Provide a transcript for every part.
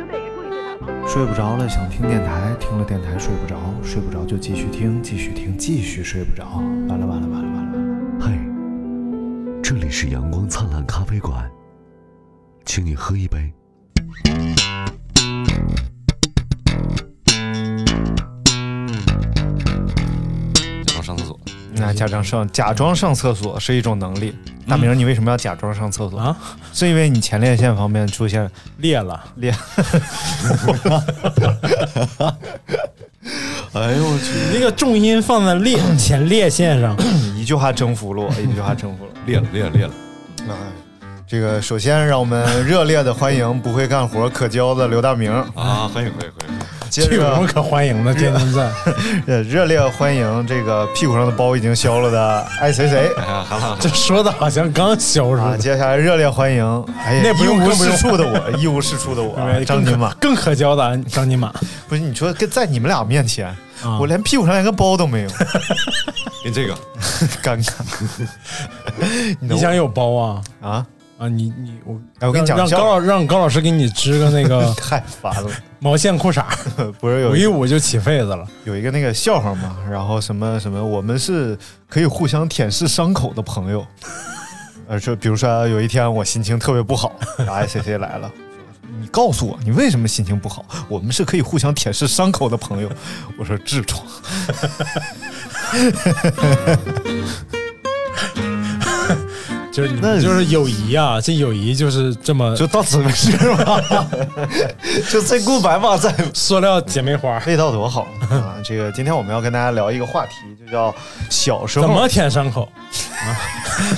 球队也注意对他防守。睡不着了，想听电台，听了电台睡不着，睡不着就继续听，继续听，继续睡不着，完了完了完了完了完了。嗨，这里是阳光灿烂咖啡馆，请你喝一杯。想上厕所，那假装上假装上厕所是一种能力。大明，你为什么要假装上厕所啊？是因为你前列腺方面出 现裂了，裂？ 哎呦我去，那个重音放在 裂前列腺上，一句话征服了我，一句话征服了。裂了裂了裂了，啊，这个首先让我们热烈的欢迎不会干活可教的刘大明，啊，欢迎欢迎欢迎， 接这有什么着可欢迎 的？天天在呃热烈欢迎这个屁股上的包已经消了的爱谁谁哎呀，好了，这说的好像刚消似 啊，的。接下来热烈欢迎，哎呀，那不用一无更不用是处的我， 一无是处的我，啊张金金马，更可交的啊张金马，不是你说跟在你们俩面前，啊我连屁股上连个包都没 有，跟这个 尴尬。你想有包啊？啊？啊，你你我，哎我跟你讲让个笑话让高老让高老师给你织个那 个太烦了，毛线裤衩，不是有我一一捂就起痱子了。有一个那个笑话嘛，然后什么什么，我们是可以互相舔舐伤口的朋友。 呃，就比如说有一天我心情特别不好， 然后谁谁来了，你告诉我你为什么心情不好？我们是可以互相舔舐伤口的朋友。 我说痔疮，就是你那们就是友谊啊，这友谊就是这么就到此为止吧， 就 say goodbye 吧，再塑料姐妹花，味道多好啊！这个今天我们要跟大家聊一个话题，就叫小时怎候么舔伤口？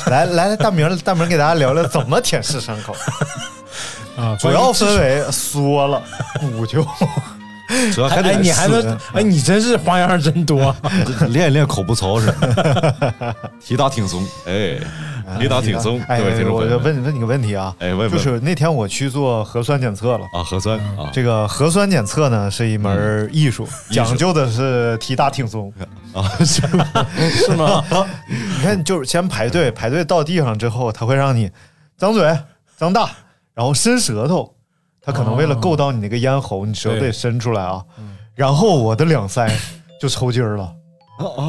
来来来，大明儿大明儿给大家聊聊怎么舔舐伤口，啊，主要分为缩 了、补救，主要哎还得哎，你还能死哎，你真是花样真多。 练一练口部操是 吧，提打挺松，哎，提打挺松，哎各位听，众我朋就友们，问问你个问题啊，哎问问就是那天我去做核酸检测了。啊，核酸啊，这个核酸检测呢是一门艺术，艺术 讲究的是提大挺松啊，是吗？是吗？ 你看，就是先排队，排队到地上之后，他会让你张嘴、张大，然后伸舌头，他可能为了哦够到你那个咽喉，你舌头对得伸出来啊。然后我的两腮就抽筋儿了，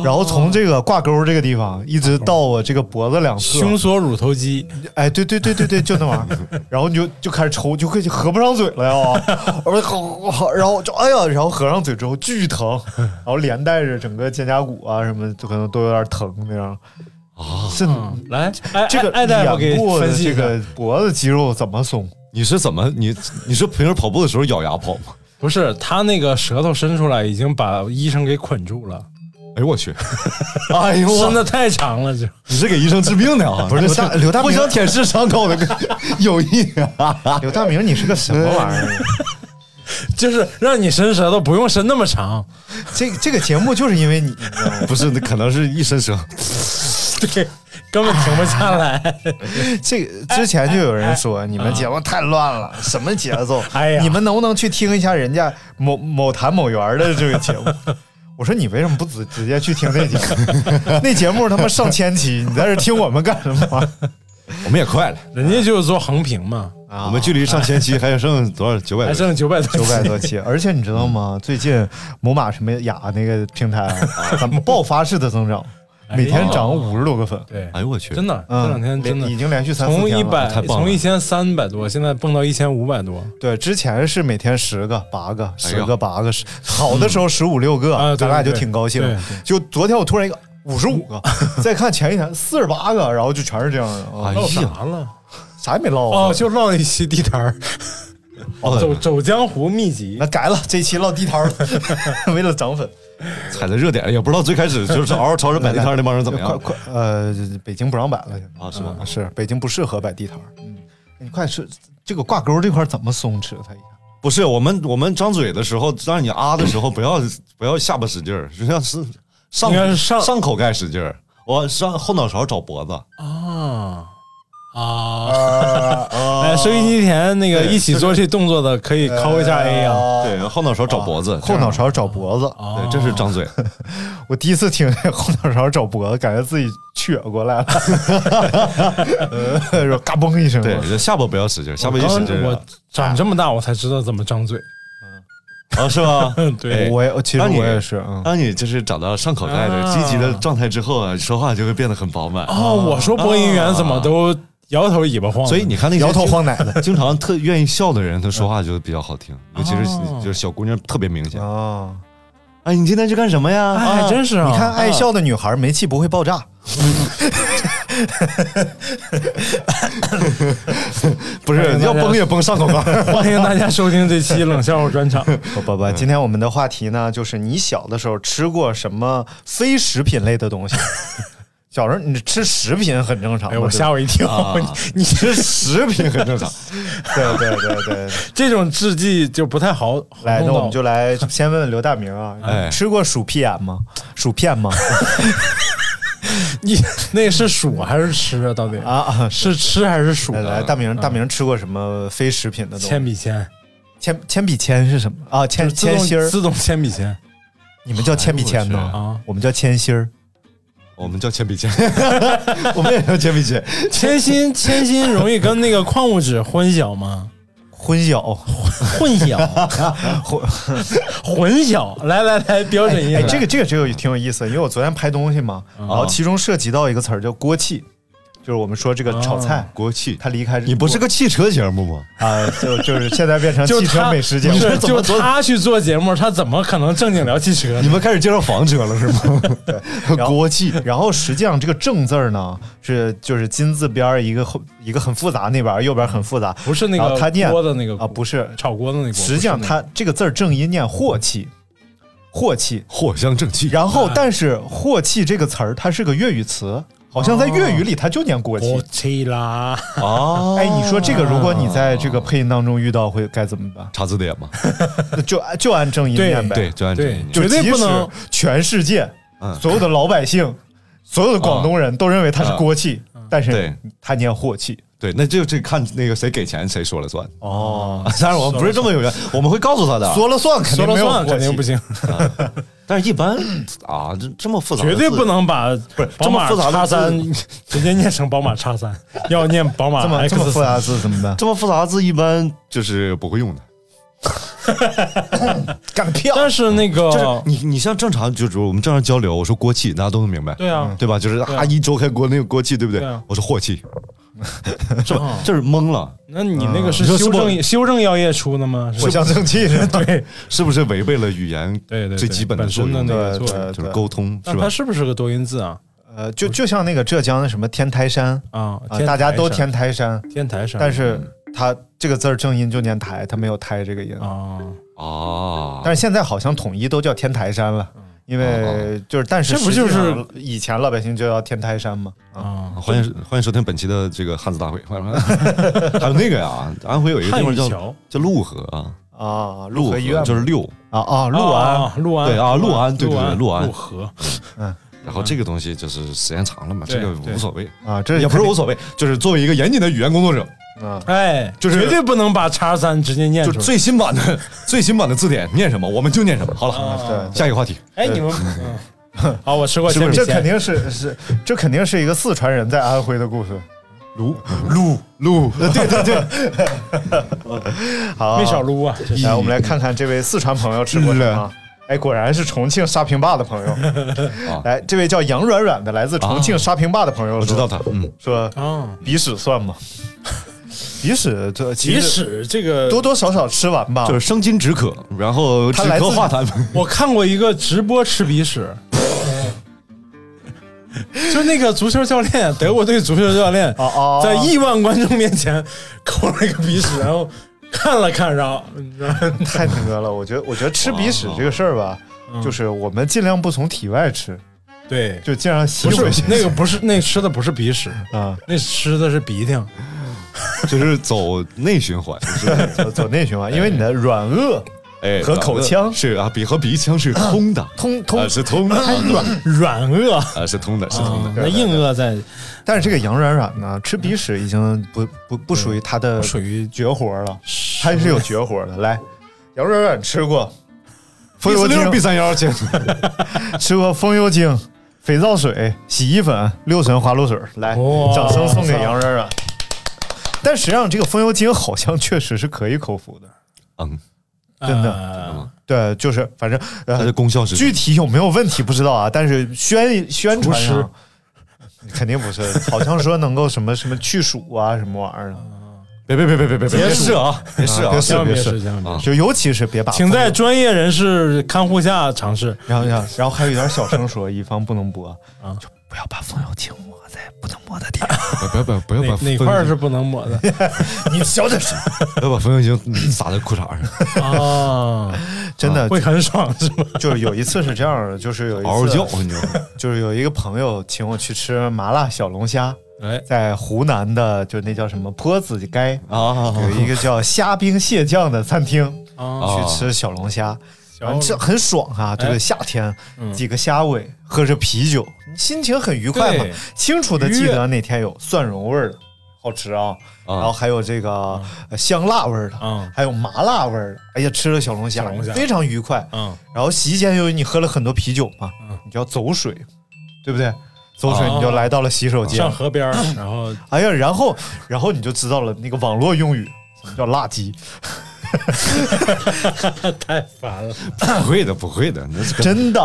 然后从这个挂钩这个地方一直到我这个脖子两侧，胸锁乳头肌，哎，对对对对对，就那玩意 儿，然后你就就开始抽，就快就合不上嘴了呀，我说好，好然后就哎呀，然后合上嘴之后巨疼，然后连带着整个肩胛骨啊什么，就可能都有点疼那样。啊，是来，哎这个哎，大夫给眼部的分析这一下个脖子肌肉怎么松？你是怎么你你是平时跑步的时候咬牙跑吗？不是他那个舌头伸出来，已经把医生给捆住了，哎呦我去，哎呦伸的太长了，就你是给医生治病的啊？ 不是刘大刘大明互相舔舐伤 口的友谊啊，刘大明，你是个什么玩 意儿？ 就是让你伸舌头，不用伸那么长。这这个节目就是因为你，不是，那可能是一身伤。对，根本停不下来。这个之前就有人说你们节目太乱了，什么节奏？ 哎呀你们能不能去听一下人家某某坛某园的这个节目？ 我说你为什么不直直接去听那节 目？那节目他妈上千期，你在这听我们干什么？ 我们也快了，人家就是做横屏嘛，啊我们距离上千期还有剩多少？九百还多。剩九百多九百期多期，而且你知道吗？最近某马什么雅那个平台啊， 咱们爆发式的增长，哎每天涨五十多个粉，对，哎呦我去，真的嗯这两天真的连已经连续三四从天一了百太棒了从一千三百多，现在蹦到一千五百多对，之前是每天十个、八个、哎嗯十呀个、八个，十好的时候十五六个，啊对咱俩就对挺高兴对。就昨天我突然一个五十五 个，再看前一天四十八个，然后就全是这样的，啊哎唠呀，啥了？啥也没唠啊哦哦，就唠一期地摊 儿，哦走走江湖秘籍那。改了，这期唠地摊儿 了，为了涨粉。踩在热点，也不知道最开始就是嗷嗷朝着摆地摊那帮人怎 么样快快，呃，北京不让摆了，现在啊是吗嗯是，北京不适合摆地摊儿。嗯，你快是这个挂钩这块儿怎么松弛它一下？不是我们，我们张嘴的时候，让你啊的时候，不要不要下巴使劲儿，就像是上应该是上上口盖使劲儿，我上后脑勺找脖子。啊啊！啊哎，收音机前那个对一起做这动作的，可以扣一下呃 A 啊。呃对，啊后脑勺找脖子，哦后脑勺找脖子，这样，对，这是张嘴。我第一次听 这后脑勺找脖子，感觉自己撅过来了， 呃然后嘎嘣一声，对，这下巴不要使劲儿，下巴一刚使劲儿我长这么大，我才知道怎么张嘴。啊，是吧？嗯对哎我也其实那你我也是，嗯，当你就是找到上口盖的啊积极的状态之后啊，说话就会变得很饱满。哦，我说播音员怎么都摇头尾巴晃的，啊所以你看那些摇头经晃脑的 经常特愿意笑的人，他说话就比较好听，尤其是哦就是小姑娘特别明显。哦，哎，你今天去干什么呀？哎，啊真是啊！你看爱笑的女孩煤气不会爆炸， 不是要崩也崩上 口盖。欢迎大家收听这期冷笑话专场。不不不，今天我们的话题呢，就是你小的时候吃过什么非食品类的东西？ 小时候你吃食品很正常嘛，哎，我对吓我一跳啊，你吃食品很正常，对对对对。 这种制剂就不太好。来，那弄到我们就来先问问刘大明啊，哎吃过薯片吗？薯片吗？你那是数还是吃 啊？到底啊啊！是吃还是数来来，啊？大明，大明吃过什么非食品的东铅西？笔铅，铅铅笔铅是什么啊？就铅是自铅动芯儿，自动铅笔铅你们叫铅笔铅哎吗？啊，我们叫铅芯 儿。我们叫铅笔铅，我们也叫铅笔 铅。铅芯铅芯容易跟那个矿物质混淆吗？混淆，混 淆，混混淆。来来来，标准音哎，来。这个这个这个挺有意思，因为我昨天拍东西嘛，嗯然后其中涉及到一个词儿叫锅气，就是我们说这个嗯炒菜，国气，它离开你不是个汽车节目吗？啊，就就是现在变成 就汽车他美食节目不是了，就他去做节目，他怎么可能正经聊汽 车你呢？们开始介绍房车了是吗？ 然后国气，然后实际上这个正字儿呢是就是金字边儿一个后一个很复杂那边儿右边儿很复杂，不是那然后他个念锅的那个啊不是，炒锅的那锅。实际上不是那个它这个字儿正音念镬气，镬气。藿香正气。然后哎但是镬气这个词儿它是个粤语词，好像在粤语里它就念锅气。锅气啦，哦哎，你说这个，如果你在这个配音当中遇到，会该怎么办？查字典嘛？就就按正音念呗。对，，就按这个对念就绝对即不使能全世界嗯所有的老百姓，所有的广东人都认为他是锅气，但是嗯对他念火气。对，那就这看那个谁给钱谁说了算。哦， 当然我们不是这么有缘，我们会告诉他的。 说了算肯定说了没有火算气，肯定不行，但是一般啊，这这么复杂的绝字，对不能把不是宝马这么复杂叉的字三 直接念成宝马叉三，要念宝马这么 X 这么复三。杂的字怎么办？ 这么复杂的字，一般就是不会用的。干票 但是那就是个你你像正常，就是我们正常交流，我说锅气，大家都能明白，对嗯啊，对吧？就是对啊啊，一周开锅那个锅气，对不对对啊？我说火气，是吧嗯？这是懵了，那你那个是你说修是不正修正药业出的吗？是藿香正 气是吧？对是不是违背了语言对对对最基本的本作身的用那呢？个对作用。对就是沟通，是但吧它？是不是个多音字啊？呃，就就像那个浙江的什么天台山啊啊，，大家都天天台山，台山天台上，但是它这个字儿正音就念台，它没有台这个音。啊，啊，但是现在好像统一都叫天台山了，因为就是但是这不嗯哦就实是际上以前老百姓就叫天台山嘛？啊，啊，欢迎欢迎收听本期的这个汉字大 会，还有那个呀，安徽有一个地汉方语叫桥叫陆河啊，啊，陆陆河河医院就是六，啊啊，陆安，啊陆安对啊陆安对对对陆陆安陆河然后这个东西就是时间长了嘛，对这个对无所谓，啊，这也不是无我所谓，就是作为一个严谨的语言工作者，啊，哎，就是绝对不能把叉三直接念就出来。最新版的最新版的字典念什么，我们就念什么。好了，对。下一个话题，哎，你们，嗯好，我吃过铅笔这肯铅，定是是，这肯定是一个四川人在安徽的故事。撸撸撸，对对对，好，没少撸啊。这是来，我们来看看这位四川朋友吃过什么。哎，果然是重庆沙坪坝的朋友啊。来，这位叫杨软软的，来自重庆沙坪坝的朋友，我知道他，嗯，说啊，鼻屎算吗？鼻屎这其即实使这个，多多少少吃完吧，就是生津止渴，然后止他来自咳化痰，我看过一个直播吃鼻屎，就那个足球教练，德国队足球教练，哦哦，在亿万观众面前抠了一个鼻屎，然后看了看，然后嗯然后太那个了。我觉得，我觉得吃鼻屎这个事儿吧，就是我们尽量不从体外吃，对，就尽量吸不回是去那个不是那吃的不是鼻屎， 啊，那吃的是鼻涕。就是走内循环，就是走走内循环，因为你的软腭哎，和口腔是啊，比和鼻腔是通的，通通啊是通的，软软腭啊，啊是通的，是通的。那硬腭在但是这个杨软软呢，吃鼻屎已经不不不属于他的，属于绝活了，他是有绝活的。来，杨软软吃 过风油精六、B 三幺去，吃过风油精、肥皂水、洗衣粉、六神花露水。来，哇掌声送给杨软软。但实际上，这个风油精好像确实是可以口服的，嗯，真的的对，就是反正它呃的，功效是具体有没有问题不知道啊，但是宣宣传厨师上肯定不是， 好像说能够什么什么去暑啊，什么玩意儿的。别别别别别别别别试啊，别试啊别，千万别是试，千万别试，啊就尤其是别把，请在专业人士看护下尝试。然后然后然后还有一点小声说，以防不能播啊就不要把风油精抹在不能抹的地方。不要不要不要哪把哪块儿是不能抹的你小点声，不要把风油精撒在裤衩上，啊？真的会很爽是吗？就是有一次是这样的，就是有一次嗷嗷叫，你知道吗？就是有一个朋友请我去吃麻辣小龙虾，哎，在湖南的就那叫什么坡子街啊有一个叫虾兵蟹将的餐厅，啊，啊去吃小龙虾，龙哎嗯完这很爽啊！这个夏天，几个虾尾，喝着啤酒，心情很愉快嘛对。清楚的记愉得那天有蒜蓉味儿的，好吃啊，然后还有这个呃香辣味儿嗯的，还有麻辣味儿的。哎呀，吃了小龙虾小龙虾，非常愉快。嗯，然后席间由于你喝了很多啤酒嘛，你就要走水，对不对？走水哦你就来到了洗手间上，河边儿，然后 哎呀，然后然后你就知道了那个网络用语什么叫辣鸡，太烦了。不会的，不会的，那是 个真的。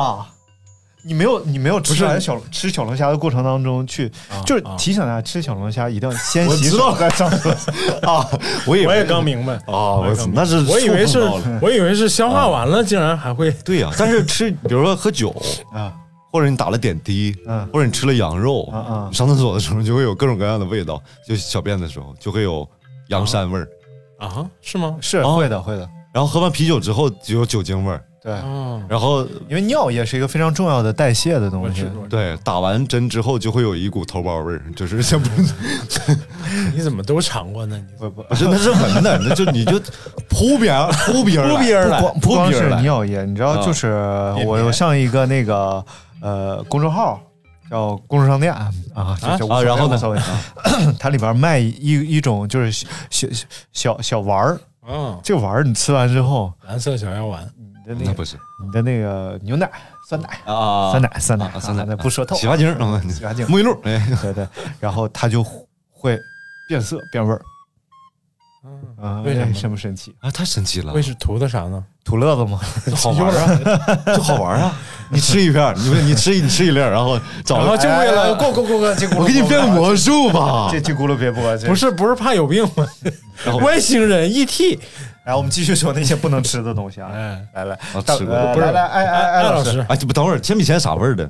你没有，你没有吃完小吃小龙虾的过程当中去，就是啊提醒大家吃小龙虾一定要先我洗知手道再上桌啊！ 我以为我也刚明白，啊，我刚那是我以为是触碰到了，我以为是消化完了，竟然还会对呀，但是吃，比如说喝酒啊啊。或者你打了点滴，嗯或者你吃了羊肉，嗯嗯你上厕所的时候就会有各种各样的味道，就小便的时候就会有羊膻味儿，啊？是吗？是会的，会的，然后喝完啤酒之后就有酒精味儿，对，哦，然后因为尿液是一个非常重要的代谢的我东西知。道。对打完针之后就会有一股头孢味儿，就是这不是你怎么都尝过呢？你不不，不是那 是闻的，那就你就扑鼻儿扑鼻儿来扑鼻儿来不光不扑光鼻儿是来，尿液，你知道，啊就是便我便有上一个那个呃公众号叫公众商店啊，这这无所谓啊然后呢无所谓它里边卖一一种就是小小小小丸儿，啊，这个丸儿你吃完之后，蓝色小药丸，你的那那个不是你的那个牛奶、酸奶、啊酸奶、酸奶啊酸奶啊不说透啊，洗发精儿，嗯洗发精，沐浴露，哎，对对，然后它就会变色变味儿啊，嗯为什么呢神不神奇？啊，太神奇了为，是图的啥呢？土乐 子吗？好玩儿啊，就好玩儿啊！ 你吃一片儿，你不是你吃一你吃一粒儿，然后找然后就为了过过过过，结我给你变魔术吧这，这咕噜别播，啊这不是不是怕有病吗？然后外星人 ET，来，我们继续说那些不能吃的东西啊！哎来来啊，大吃过呃不是来来，哎哎哎，艾老老师，师，哎，这不等会儿铅笔钱啥味儿的？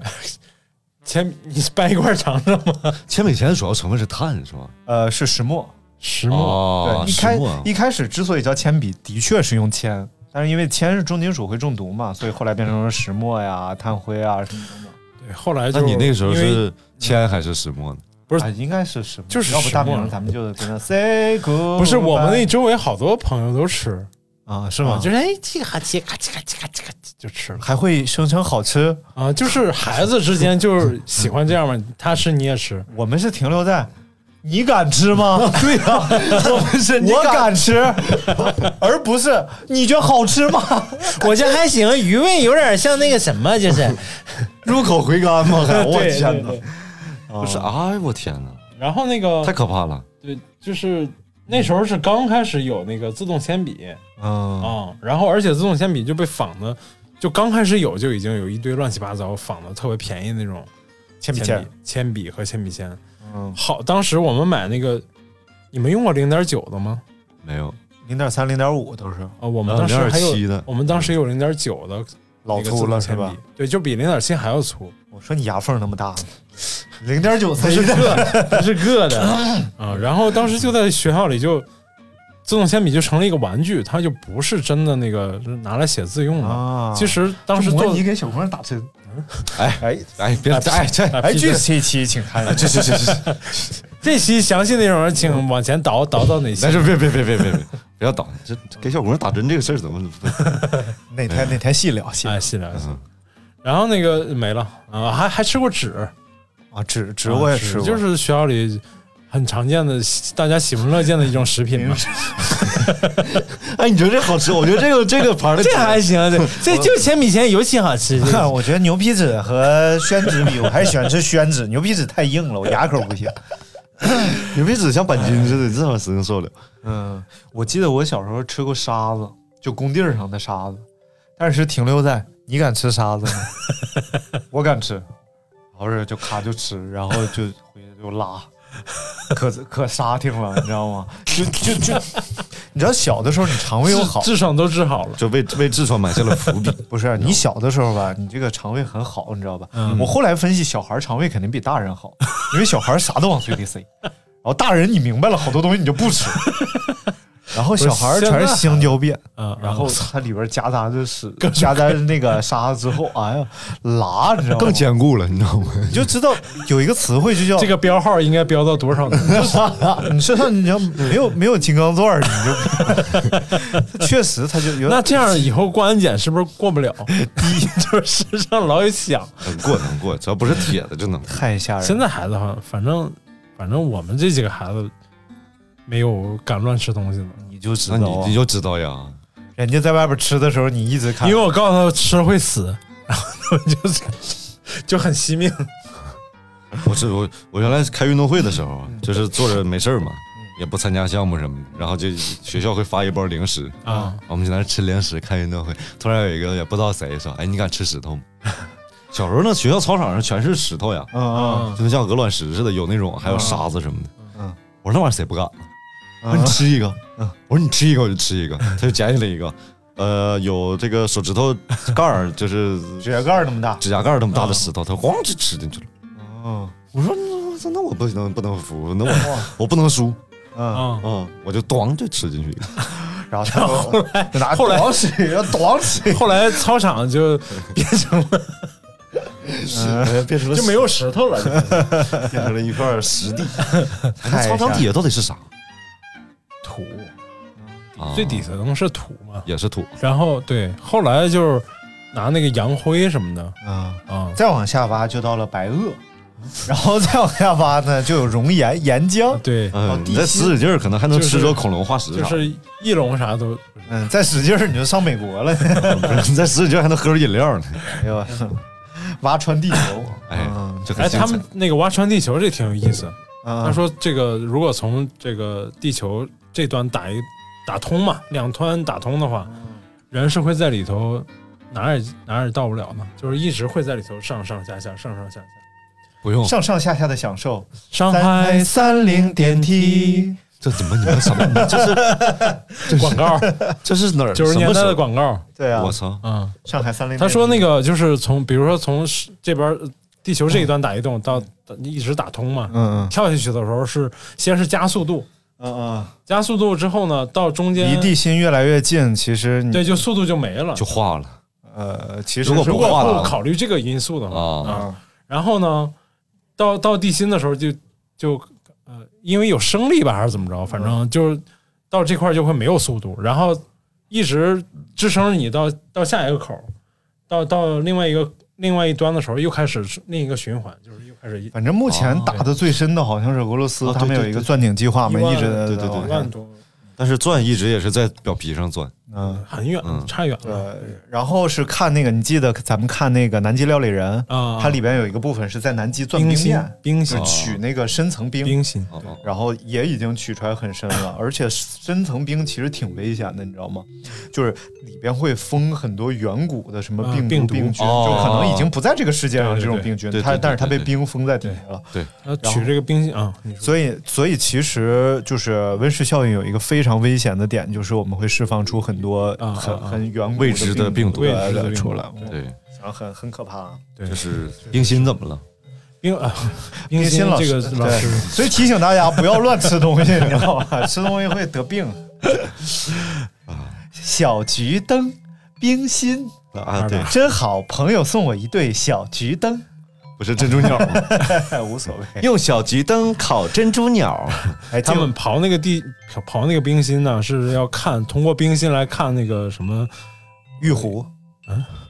前你掰一块儿尝尝吗？铅笔钱的主要成分是碳，是吧？呃，是石墨，石墨哦对，一开一开始之所以叫铅笔，的确是用铅，但是因为铅是重金属会中毒嘛，所以后来变成了石墨呀、炭灰啊什么等等。对，后来那就你那个时候因为是铅还是石墨呢？不是啊，应该是石墨，就是要不大石墨啊明咱们就在那 say good，不是我们那周围好多朋友都吃，那啊是啊吗？就是哎，这个哈叽嘎叽嘎叽嘎叽嘎叽就吃了还会声称好吃，啊，就是孩子之间就是喜欢这样嘛，他吃你也吃，我们是停留在。你敢吃吗？ 对呀、 我们是你我敢敢吃， 而不是你觉得好吃吗？ 我觉得还行，余味有点像那个什么，就是 入口回甘 吗？还我 对天对哪！啊对。不是，哎我天哪，然后那个太可怕了！对，就是那时候是刚开始有那个自动铅笔嗯，啊，然后而且自动铅笔就被仿的，就刚开始有就已经有一堆乱七八糟仿的特别便宜那种铅笔铅铅笔，、铅笔和铅笔铅。嗯，好，当时我们买那个，你们用过零点九的吗？没有，零点三、零点五都是啊，我们啊当时还有0.7的我们当时有零点九的老那个粗了自是动铅笔吧？？对，就比零点七还要粗，我说你牙缝那么大， 零点九才是它是硌的 啊。然后当时就在学校里就，自动铅笔就成了一个玩具，它就不是真的那个是拿来写字用的。啊其实当时模做拟给小朋友打针。哎哎哎，别哎这哎，啊屁这的 这一期请看一下，这这这这这期详细内容请往前倒倒到哪些但？是别别别别别别不要倒，这这 给小姑娘打针这个事儿 怎么？哪天哪天细聊细聊哎，细聊一下。嗯然后那个没了啊，还还吃过纸，啊，纸纸我也吃过，就是学校里很常见的，大家喜闻乐见的一种 食品嘛。 哎，你觉得这好吃？我觉得这个这个盘的这还行， 这这就前比前尤其好吃。这个看，我觉得牛皮纸和宣纸比，我还是喜欢吃宣纸。牛皮纸太硬了，我牙口不行。牛皮纸像板筋似的，这玩意儿谁能受得了？嗯，我记得我小时候吃过沙子，就工地儿上的沙子，但是停留在你敢吃沙子吗？ 我敢吃，然后是就咔就吃，然后就回去就拉，可可沙挺了，你知道吗？就就就，你知道小的时候你肠胃又好，痔疮都治好了，就为为痔疮埋下了伏笔。不是啊你嗯小的时候吧，你这个肠胃很好，你知道吧？我后来分析，小孩肠胃肯定比大人 好，因为小孩啥都往嘴里塞，然后大人你明白了好多东西你就不 吃，然后小孩全是香蕉便，嗯，然后它里边夹杂着 屎，夹杂着那个沙子之后，哎呀，拉，你知道吗？坚固了，你知道吗？你就知道有一个词汇就叫 这个标号应该标到多少呢？你身上你要没有没有金刚钻儿，你 就确实他就有那这样以后过安检是不是过不了？ 第一 就是身上老有响。能过能过，只要不是铁的就能。太吓人现了。在孩子好像，反正反正我们这几个孩子没有敢乱吃东西的，你就知那道你啊你就知道呀，人家在外边吃的时候，你一直看，因为我告诉他吃会死，然后他们就是就很惜命。我是我我原来开运动会的时候，嗯就是坐着没事儿嘛，也不参加项目什么的，然后就学校会发一包零食啊，我们就在那吃零食看运动会。突然有一个也不知道谁说：“哎，你敢吃石头吗？”小时候那学校操场上全是石头呀，嗯就跟像鹅卵石似的，有那种还有沙子什么的。嗯我说那玩意儿谁不干？啊我嗯说你吃一个，嗯我说你吃一个我就吃一个，他就捡起来一个，呃，有这个手指头盖儿，就是嗯，指甲盖儿那么大，指甲盖儿那么大的石头，他咣就吃进去了。嗯我说那那那我不能不能服，那我我不能输，嗯，啊，嗯，我就咣就吃进去一个，然后他后来拿后来咣吃，然后咣吃，后来操场 就变成了嗯变成了就没有石头了， 变成了一块实地。那操场底下到底是啥？ 土啊最底层是土嘛。也是土，然后对，后来就是拿那个洋灰什么的啊，啊，再往下挖就到了白垩，然后再往下挖呢就有熔岩、岩浆，啊对，哦嗯，地你再心使使劲儿，可能还能就是吃着恐龙化石就啥的，是翼龙啥都嗯，再使劲儿你就上美国了，不 是你再使使劲儿还能喝出饮 料呢，哎呦，挖穿地球，哎嗯，这很哎，精他彩们那个挖穿地球这挺有意思。嗯啊他说这个如果从这个地球这端打一打通嘛，两端打通的话，嗯人是会在里头哪儿也哪儿也到不了呢，就是一直会在里头上上下下上上下下。不用，上上下下的享受，上三海三零电梯， 这怎么你们什么？你们这是广 告，这是哪儿？九十年代什的么时广告，对啊候，我，操，嗯，上海三零，他说那个就是从，比如说从是这边呃地球这一端打一洞到到一直打通嘛，嗯，跳下去的时候是先是加速度，嗯嗯加速度之后呢，到中离间地心越来越近，其实你对，就速度就没了嗯就。化了呃，其实如果是如不啊果化了不考虑这个因素的话，啊！啊，然后呢，到到地心的时候就就呃，因为有升力吧，还是怎么着，反嗯正就是到这块儿就会没有速度，然后一直支撑你到到下一个口儿，到到另外一个另外一端的时候，又开始另一个循环，就是又开始一反正目前打的最深的好像是俄罗斯，啊对他们有一个钻井计划嘛，一万一直在对对对一往下万多，但是钻一直也是在表皮上钻，嗯。很远，嗯差远了呃，然后是看那个，你记得咱们看那个《南极料理人》啊。它里边有一个部分是在南极钻冰冰心面，，冰是心，取那个深层冰，冰心，哦哦然后也已经取出来很深了，而且深层冰其实挺危险的，你知道吗？就是里边会封很多远古的什么啊病病毒毒、病菌，哦就可能已经不在这个世界上对对这种病菌对，对它对但是它被对对冰封在底下了。呃，取这个冰心啊，你说所以，所以其实就是温室效应有一个非常危险的点，就是我们会释放出很多啊啊很啊很远古未知的病毒未知的的病毒出来，对，然后很很可怕。哦对就，是冰心怎么了？冰啊，冰冰心心老这师个老师，所以提醒大家不要乱吃东西，你知道吧？吃东西会得 病。啊小桔灯，冰心啊，对，真好，朋友送我一对小桔灯，不是珍珠 鸟吗？哎无所谓。用小桔灯烤珍珠 鸟，哎，他们刨那个地刨那个冰心呢，是要看通过冰心来看那个什么？玉壶，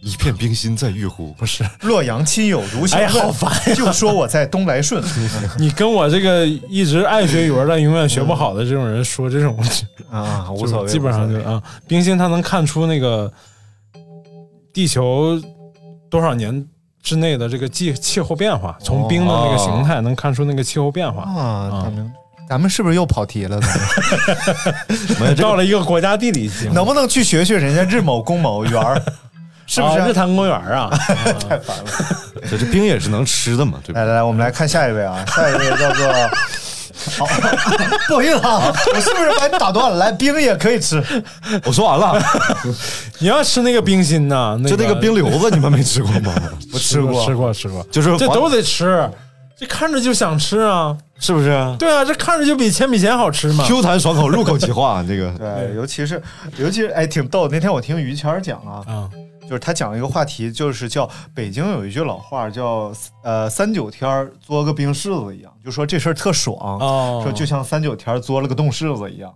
一片冰心在玉壶。不是，洛阳亲友如相哎问，呀好烦就说我在东来 顺，你跟我这个一直爱学语文但永远学不好的这种人说这种，啊，就无是所谓，基本上无就所是谓啊，冰心它能看出那个地球多少年之内的这个气气候变化，从冰的那个形态能看出那个气候变化。啊，咱们咱们是不是又跑题了？ 咱们到了一个国家地理节目，能不能去学学人家日某公某园 儿？是不是啊日坛公园啊？太烦了？这这冰也是能吃的嘛，对吧来？来来，我们来看下一位啊， 下一位叫做。 好， 不好意思啊，我是不是把你打断了？来，冰也可以吃，我说完了，你要吃那个冰心呐，就那那个冰瘤子，你们没吃过 吗？我吃过，吃过吃过， 就是这黄都得吃，这看着就想吃啊。是不是对啊，这看着就比铅笔钱好吃嘛。 ？Q 弹爽口，入口即 化，这个对，尤其是尤其是哎，挺逗。那天我听于谦儿讲啊，啊，就是他讲了一个话题，就是叫北京有一句老话叫呃三九天儿嘬个冰柿子一样，就说这事儿特爽，哦说就像三九天儿嘬了个冻柿子一样。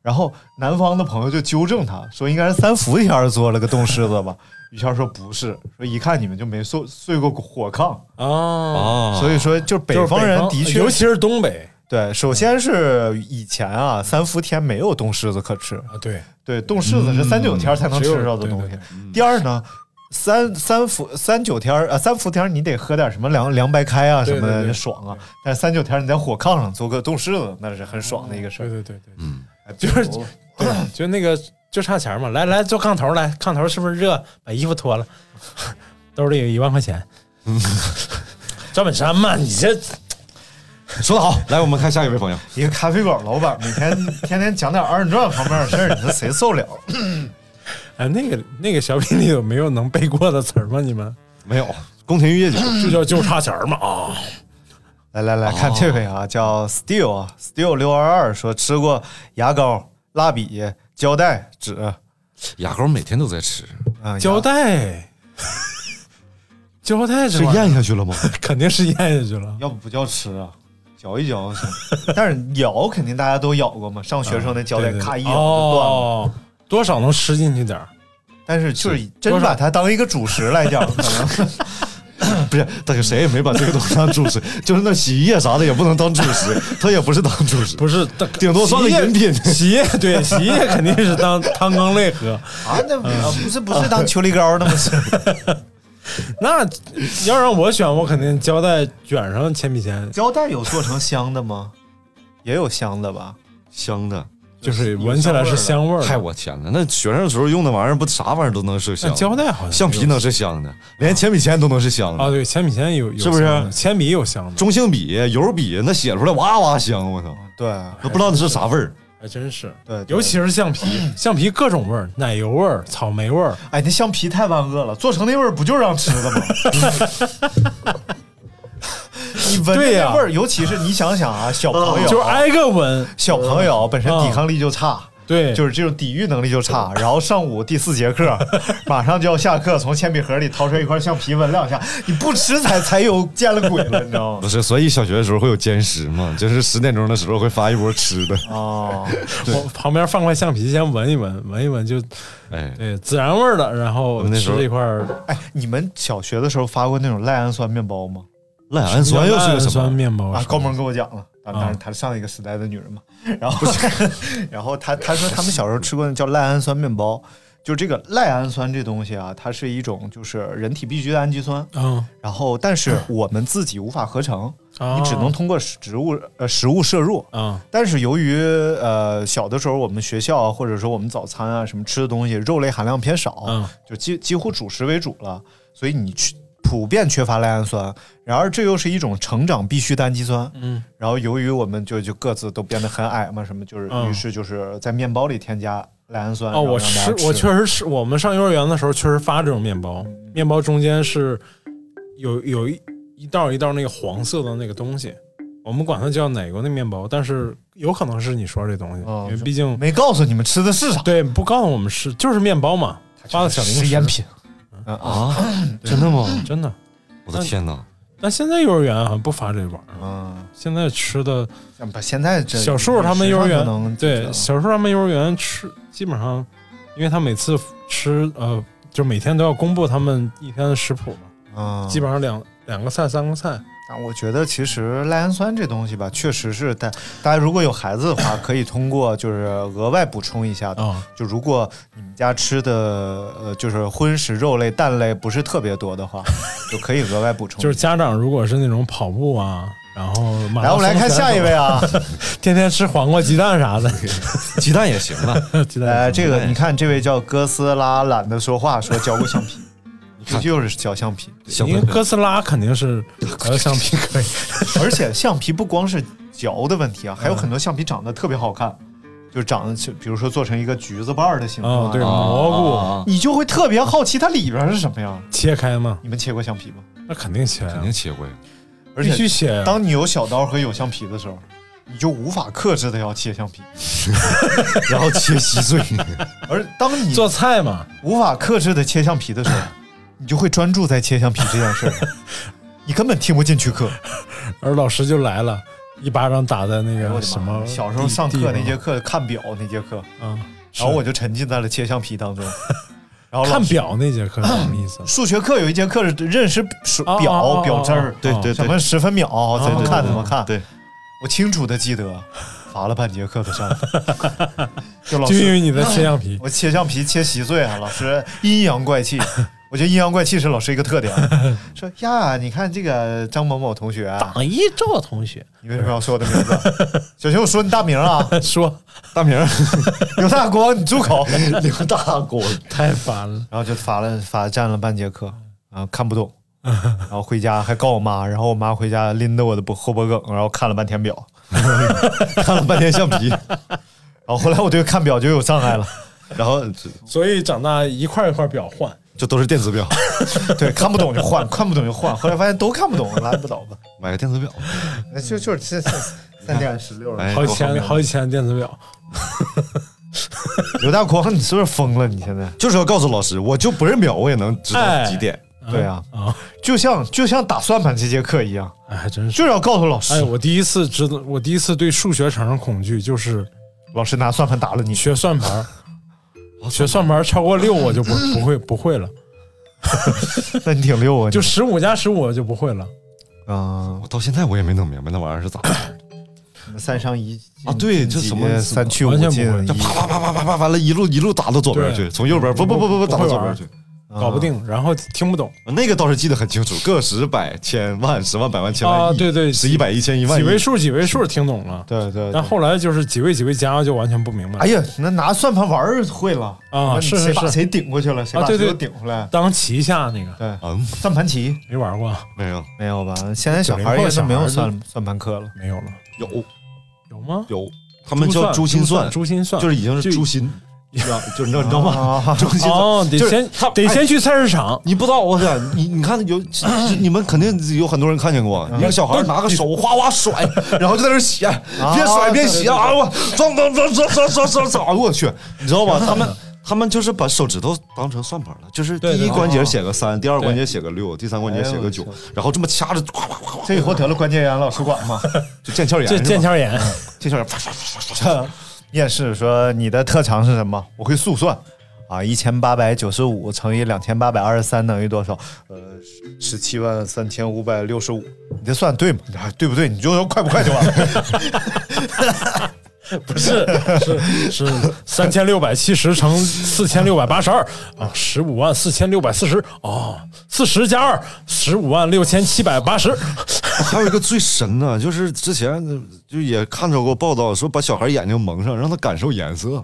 然后南方的朋友就纠正他说，应该是三伏天儿嘬了个冻柿子吧。于谦儿说不是，说一看你们就没睡睡过火炕，哦，啊所以说就是北就是方人的确尤其是东北对，首先是以前啊三伏天没有冻柿子可吃，啊，对，对，冻柿子是三九天儿才能吃到的东嗯只有对对西。第二呢，三三伏三九天儿啊，三伏天儿你得喝点什么凉凉白开啊什么对对的，对爽啊。但是三九天儿你在火炕上做个冻柿子，那是很爽的一个事对儿。对对对，嗯，哎就是比如对就那个就差钱嘛。来来，坐炕头来，炕头是不是热？把衣服脱了， 兜里有一万块钱。赵本山嘛，你这说得好，来我们看下一位朋友，一个咖啡馆老板每天天天讲点二人转方面的事儿，你说谁受了？哎，那个那个小品里有没有能背过的词儿吗？你们没有宫廷玉 液酒，这叫就差钱嘛啊！来来来看这位啊，叫 Steel 啊，Steel 六二二说吃过牙膏、蜡笔、胶带、纸牙膏每天都在吃，啊，胶带， 胶带是玩意儿咽下去了吗？肯定是咽下去了。要不不叫吃啊，嚼一 嚼行。但是咬肯定大家都咬过嘛，上学时候那胶带对对对咔一咬就断了。哦，多少能吃进去点儿。但是就是真把它当一个主食来讲，可能 不是，但是谁也没把这个东西当主食，就是那洗衣液啥的也不能当主 食，它也不是当主食，不是，但顶多算个洗液饮品洗液对，洗液肯定是当汤羹类喝。 啊，那不是不是当秋梨膏那么吃。那要让我选，我肯定胶带卷上铅笔 钱，胶带有做成香的吗？也有香的吧？香的。就是闻起来是香味儿嗨，的。我天哪！那学生时候用那玩意儿，不啥玩意儿都能是香但的，胶带好像橡皮能是香的，连铅笔铅都能是香的，啊，对，铅笔铅有有是不是香的铅笔有香的，中性笔、油笔那写出来哇哇香，我操，哎对都不知道那是啥味儿。还真是。对，对尤其是橡皮，橡皮各种味儿，奶油味儿、草莓味儿，哎，那橡皮太万恶了，做成那味儿不就是让吃的吗？ 你闻着对呀那味儿，尤其是你想想啊，小朋友就是挨个闻。小朋友本身抵抗力就差，对，就是这种抵御能力就 差。然后上午第四节课， 马上就要下课，从铅笔盒里掏出一块橡皮闻两下，你不吃才 才有见了鬼了，你知道 不吗？是，所以小学的时候会有兼食嘛，就是十点钟的时候会发一波吃 的，哦，我旁边放块橡皮，先闻一闻，闻一闻就哎，对孜然味儿的，然后们那时吃候这块儿哎，你们小学的时候发过那种赖氨酸面包吗？赖氨酸又是个氨什酸么？面包啊，哦是哦吧高萌跟我讲了，啊当当然她是上一个时代的女人 嘛。然后， 然后她她说他们小时候吃过那叫赖氨酸面包，就这个赖氨酸这东西啊，它是一种就是人体必需的氨基酸，嗯，然后但是我们自己无法合成，啊你只能通过植物呃食物摄入。啊但是由于呃小的时候我们学校啊或者说我们早餐啊什么吃的东西肉类含量偏少，嗯就几几乎主食为主了，所以你去普遍缺乏赖氨酸。然而这又是一种成长必需的氨基酸。嗯，然后由于我们就就各自都变得很矮嘛，什么就是、嗯于是就是在面包里添加赖氨酸。哦，我吃吃，我确实吃。我们上幼儿园的时候确实发这种面包，面包中间是有有一一道一道那个黄色的那个东西，我们管它叫奶油的面包，但是有可能是你说这东西，哦因为毕竟没告诉你们吃的是啥，对不告诉我们是就是面包嘛，发的小零实食验品。嗯啊，真的吗？真的。我的天哪！但现在幼儿园好像不发这玩意儿，嗯，现在吃的像把现在这小树他们幼儿时尚就园能对解决小树他们幼儿园吃基本上，因为他每次吃呃，就每天都要公布他们一天的食谱嘛，了啊，基本上两两个菜三个菜，但啊我觉得其实赖氨酸这东西吧，确实是大大家如果有孩子的话，可以通过就是额外补充一下的。啊就如果你们家吃的呃就是荤食、肉类、蛋类不是特别多的话，就可以额外补充。就是，家长如果是那种跑步啊，然后马来拉我松们来看下一位啊，天天吃黄瓜鸡蛋啥 的，鸡蛋也行啊。 鸡蛋来呃这个你看这位叫哥斯拉懒得说话，说嚼过橡 皮，你看又是嚼橡皮，小因朋为友哥斯拉肯定 是呃橡皮可以，而且橡皮不光是嚼的问题啊，嗯还有很多橡皮长得特别好看，就长得就比如说做成一个橘子瓣儿的形状啊啊，对啊蘑你就会特别好奇它里边是什么样。菇切开嘛，你们切过橡皮吗？那肯定切啊，肯定切过呀。而必须且，切啊，当你有小刀和有橡皮的时候，你就无法克制的要切橡皮，然后切稀碎， 而当你做菜嘛，无法克制的切橡皮的 时候，你就会专注在切橡皮这件事儿上，你根本听不进去课。而老师就来了，一巴掌打在那个什么小时候上地课那节地课看表那节课，方啊，然后我是就沉浸在了切橡皮 当中。然后老看师？表那节课是什么意思数学课有一节课是认识数哦表、哦哦表针儿哦，对对什么十分秒怎么看怎么看，对，我清楚的记得，罚了半节课的站，就老就因师为你在切橡皮，我切橡皮切稀碎啊，老师阴阳怪气，我觉得阴阳怪气是老师一个特点，啊说呀，你看这个张某某同学啊，党一赵同学你为什么要说我的名字？小心我说你大名啊，哎说大名刘大光，你住口，刘大光。太烦了，然后就罚了罚站了半节课，嗯然后看不 懂，然后回家还告我妈，然后我妈回家拎着我的脖后脖梗，然后看了半天表，看了半天橡皮，然后后来我对看表就有障碍 了，然后就所以长大一块一块表换，就都是电子表，对，看不懂就换， 看不懂就换，后来发现都看不懂，拉不倒吧，买个电子表，嗯那就就是这这三点十六了。哎好几多方千便好几千电子表，刘大光，你是不是疯了？你现在就是要告诉老师，我就不认表，我也能知道哎几点。对啊，啊，就像就像打算盘这节课一样，哎，还真是。就是要告诉老师，哎，我第一次知道，我第一次对数学产生恐惧，就是老师拿算盘打了你。 学算盘儿，学哦算盘儿超过六我就 不不会不会了，那你挺溜啊，就十五加十五我就不会了。啊，我到现在我也没弄明白那玩意儿是咋回事儿，什么三上一进啊对这几什么三去五完全不进会一这啪啪啪啪啪啪，完了，一路一路打到左边去，对嗯从右边不不不不不不打会到左玩边儿去。搞不定，然后听不懂那个倒是记得很清楚，个十百千万十万百万千万啊，亿对对，十一百一千一万几亿位数几位数听懂了，对对，对但后来就是几位几位加就完全不明白。哎呀，那拿算盘玩儿会了啊那是是谁把是谁顶过去了，谁把啊对谁对都顶回来。当棋下那个对，嗯，算盘棋没玩过，没有没有吧？现在小孩儿90后也是没有小孩儿算算盘课了。没有了，有有吗？有，他们叫珠珠心算，算，珠心算就是已经就是啊珠心，你知道就你知道你知道吗？啊珠心算，哦，得就是先他得哎先去菜市场，你不知道，我想啊你你看有你们肯定有很多人看见过，啊一个小孩拿个手哗哗甩，然后就在那儿写，边甩边写啊，我撞撞撞撞撞撞撞撞，我去，你知道吗？他们。 他们就是把手指头当成算盘了，就是第对一对关节写个三，第二关节写个六，第三关节写个九哎呦我，然后这么掐 着，哗哗哗哗这以后得了关节炎老师管吗？就腱鞘炎，这是吧腱鞘炎，腱鞘炎，啪啪啪啪啪面试说你的特长是什么？我会速算。啊，一千八百九十五乘以两千八百二十三等于多少？呃，十七万三千五百六十五。你这算对吗？啊对不对？你就说快不快就完了。 不是是是三千六百七十乘四千六百八十二啊，十五万四千六百四十哦，四十加二，十五万六千七百八十，还有一个最神的，就是之前就也看着过报道说，把小孩眼睛蒙上，让他感受颜色。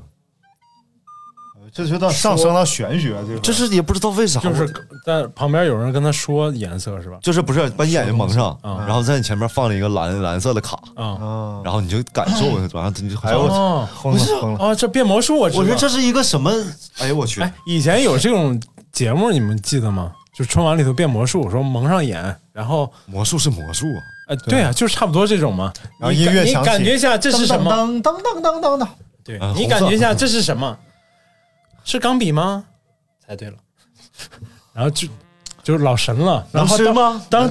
这就到上升到玄学这个。这是也不知道为啥，就是在旁边有人跟他说颜色是吧？就是不是嗯把你眼睛蒙上，嗯然后在你前面放了一个蓝蓝色的卡，啊啊，然后你就感受，然后你就哎呦我操，哦疯了疯了！哦，这变魔术我知道。我说这是一个什么？哎呦我去！哎，以前有这种节目，你们记得吗？就春晚里头变魔术，说蒙上眼，然后魔术是魔术啊，呃，对啊，就是差不多这种嘛。然后你音乐感响你起感觉一下这是什么？当当当当当当当，对嗯你红感色觉一下这是 什么？是钢笔吗？猜对了。然后就就是老神了。然后能吃当吗？当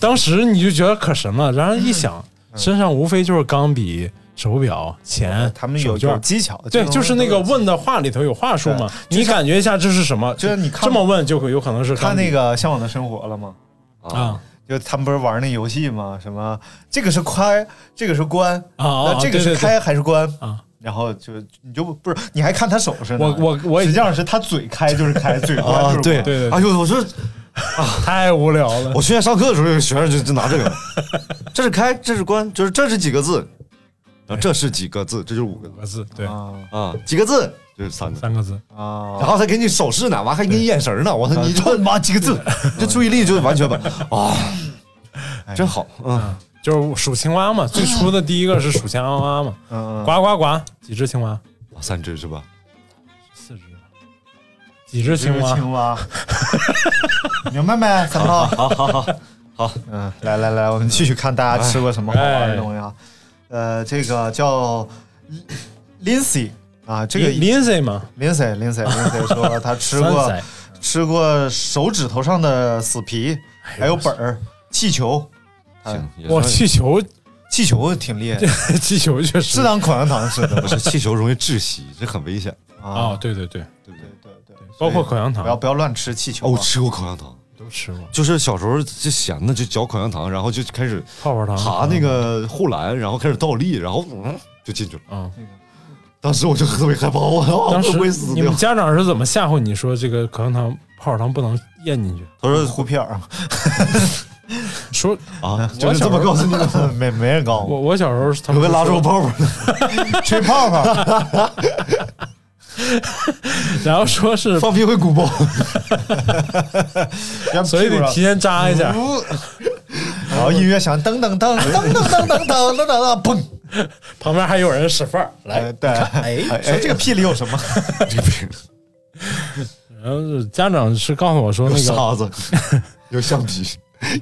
当时你就觉得可神了，然后一想，嗯身上无非就是钢笔、手表、钱、哦他们有手有绢。技巧，这对，种就是东那西都个有技巧问的话里头有话术嘛，对你感觉一下这是什么？就是你看这么问就可有可能是看钢笔那个《向往的生活》了吗？啊就他们不是玩那游戏吗？什么这个是开，这个是关，啊啊那这个对是对对开还是关？啊！然后就你就不是你还看他手势呢？我我我实际上是他嘴开就是 开，嘴关就是啊关。，对对对哎呦，我说太无聊了我。去年上课的时候，有学生就就拿这个，这是开，这是关，就是这是几个字，然后这是几个字，这就是五个字五个字，哦对，啊，几个字就是三个，三个字，啊，然后他给你手势呢，完还给你眼神呢，我说你这妈几个 字，这注意力就完 全把啊，真好，嗯，就是数青蛙嘛。最初的第一个是数青蛙嘛，嗯，呱呱呱，几只青蛙？三只是吧？四只，几只青蛙？青蛙， 明白没，三炮？好好好好，嗯，来来来，我们继续看大家吃过什么好玩的东西啊？呃，这个叫 Lindsay 啊，这个 Lindsay 嘛， Lindsay Lindsay Lindsay 说他吃过三仔吃过手指头上的死皮，还有本儿、气球，啊行，也哇，算气球， 气球挺厉害，气球确实是当口香糖吃的不是气球容易窒息，这很危险，啊，啊，对对对，对对对对，包括口香不要糖不要乱吃气球哦，我啊，吃过口香糖。都吃过，就是小时候就闲的就嚼口香糖，然后就开始泡泡糖爬那个护栏，然后开始倒立，然后嗯就进去了。啊。当时我就特别害怕，我当会时不会死你掉们？家长是怎么吓唬你说这个口香糖、泡泡糖不能咽进去？他说胡片儿说啊，就是这么告诉你 的，没没人告诉我。我我小时候是他有们个拉说住泡泡的，吹泡泡，然后 说是， 放屁会鼓包。 所以得提前扎一下。嗯然后音乐响，噔噔 噔噔噔噔噔噔噔噔，砰！旁边还有人使范儿来哎，，对，哎，说这个屁里有什么？然后是家长是告诉我说有那个沙子，有橡皮，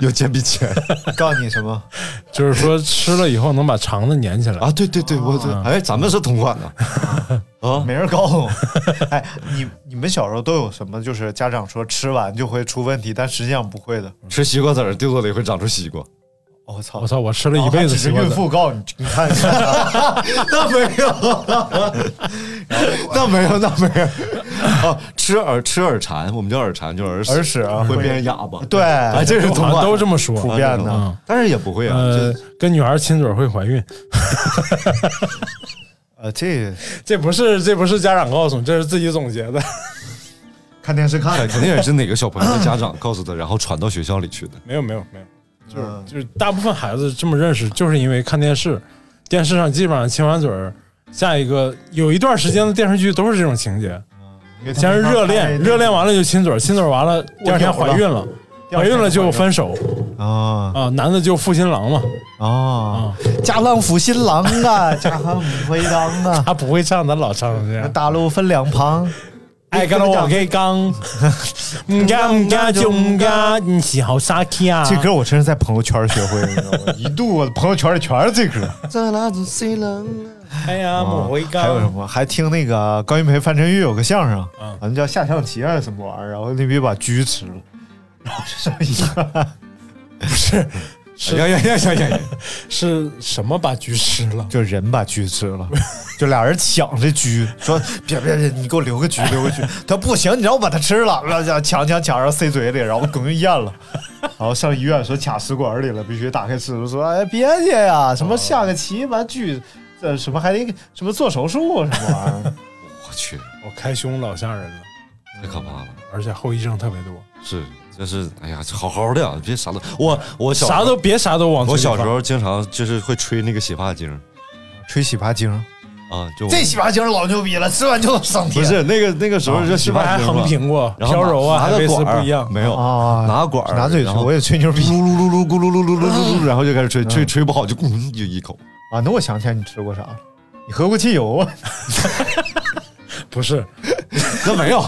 有铅笔钳 告诉你什么？就是说吃了以后能把肠子粘起来 啊！对对对，我这哎，咱们是同款的啊哦没人告诉我。 哎，你你们小时候都有什么？就是家长说吃完就会出问题，但实际上不会的。吃西瓜籽儿，肚子里会长出西瓜。我操我！操，我吃了一辈子哦只是西瓜孕籽，妇告诉你，你看， 那没有，那没有，那没有。 啊，吃耳吃耳蝉，我们叫耳蝉，就是耳屎耳屎啊会变哑巴。对哎，这是同好像款，都这么说。普遍的嗯但是也不会啊。呃这，跟女孩亲嘴会怀孕，呃，这这不是这不是家长告诉你，这是自己总结的。 看电视看哎的，肯定也是哪个小朋友的家长告诉他，然后传到学校里去的。没有没有没有，就是、嗯就是大部分孩子这么认识，就是因为看电视，电视上基本上亲完嘴儿，下一个有一段时间的电视剧都是这种情节，先是热恋，热恋完了就亲嘴儿，亲嘴儿完了第二天怀孕了，第二怀天孕了就分手啊啊，男的就负新郎嘛，啊！家浪抚新郎啊，家行不回当 啊。 他不会唱，咱老唱成 这样。大路分两旁，爱干了我给 刚，唔干唔干就唔干，你是好傻气啊！这歌我真是在朋友圈学会的，你知道吗？一度我的朋友圈里全是这 歌。哎呀，啊我会刚。还有什？么？还听那个高云培、范振钰有个相声，嗯好像叫下象棋还是什么玩意儿，然后那逼把车吃了，然后就剩一个， 哎是呀呀呀呀呀呀！是什么把局吃了？就人把车吃了， 就俩人抢这车，说别别别，你给我留个车，留个车。他说不行，你让我把它吃了，然后就抢抢抢，然后塞嘴里，然后梗就咽了，然后上医院说卡食管里了，必须打开吃了，说哎别介呀，什么下个棋完狙，这什么还得什么做手术什么玩意 儿。我去，我开胸老吓人了，太可怕了。而且后遗症特别多，是，就是哎呀，好好的呀，别啥都我我小时候啥都别啥都往我小时嘴里候经常就是会吹那个洗发精吹洗发精，啊，就我这洗发精老牛逼了，吃完就能上天。不是那个那个时候就洗放，发还精横嘛屏过，然后飘柔啊，拿海拿飞个丝管儿不一样。没有啊拿管儿拿嘴然吹，后我也吹 牛逼噜噜噜噜咕噜噜噜噜噜噜，然后就开始吹，嗯吹吹不好就咕就一口。啊！那我想起来你吃过啥了，你喝过汽油啊？不是，那 没有，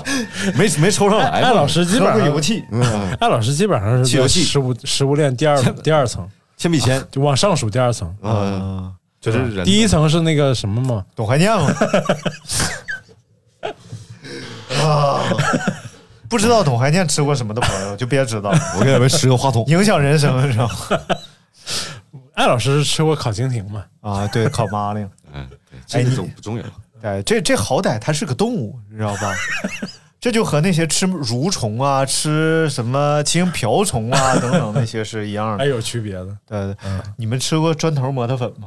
没没抽上来。艾哎老，哎师基喝本过油上，气，嗯，艾老师基本上是起油在气食物食物链第二第二层，铅笔铅，就往上数第二层。嗯，嗯，就是人第一层啊是那个什么嘛？ 董怀念嘛。啊，不知道董怀念吃过什么的 朋友就别知道，，我给你们十个话筒影响人生，你知道吗？艾老师吃过烤蜻蜓吗？啊，对，烤麻令，嗯，对，这个总不重要。哎，这这好歹它是个动物，你知道吧？这就和那些吃蠕虫啊、吃什么青瓢虫 啊等等那些是一样嗯还的。哎有区别的？对，嗯你们吃过砖头磨的粉吗？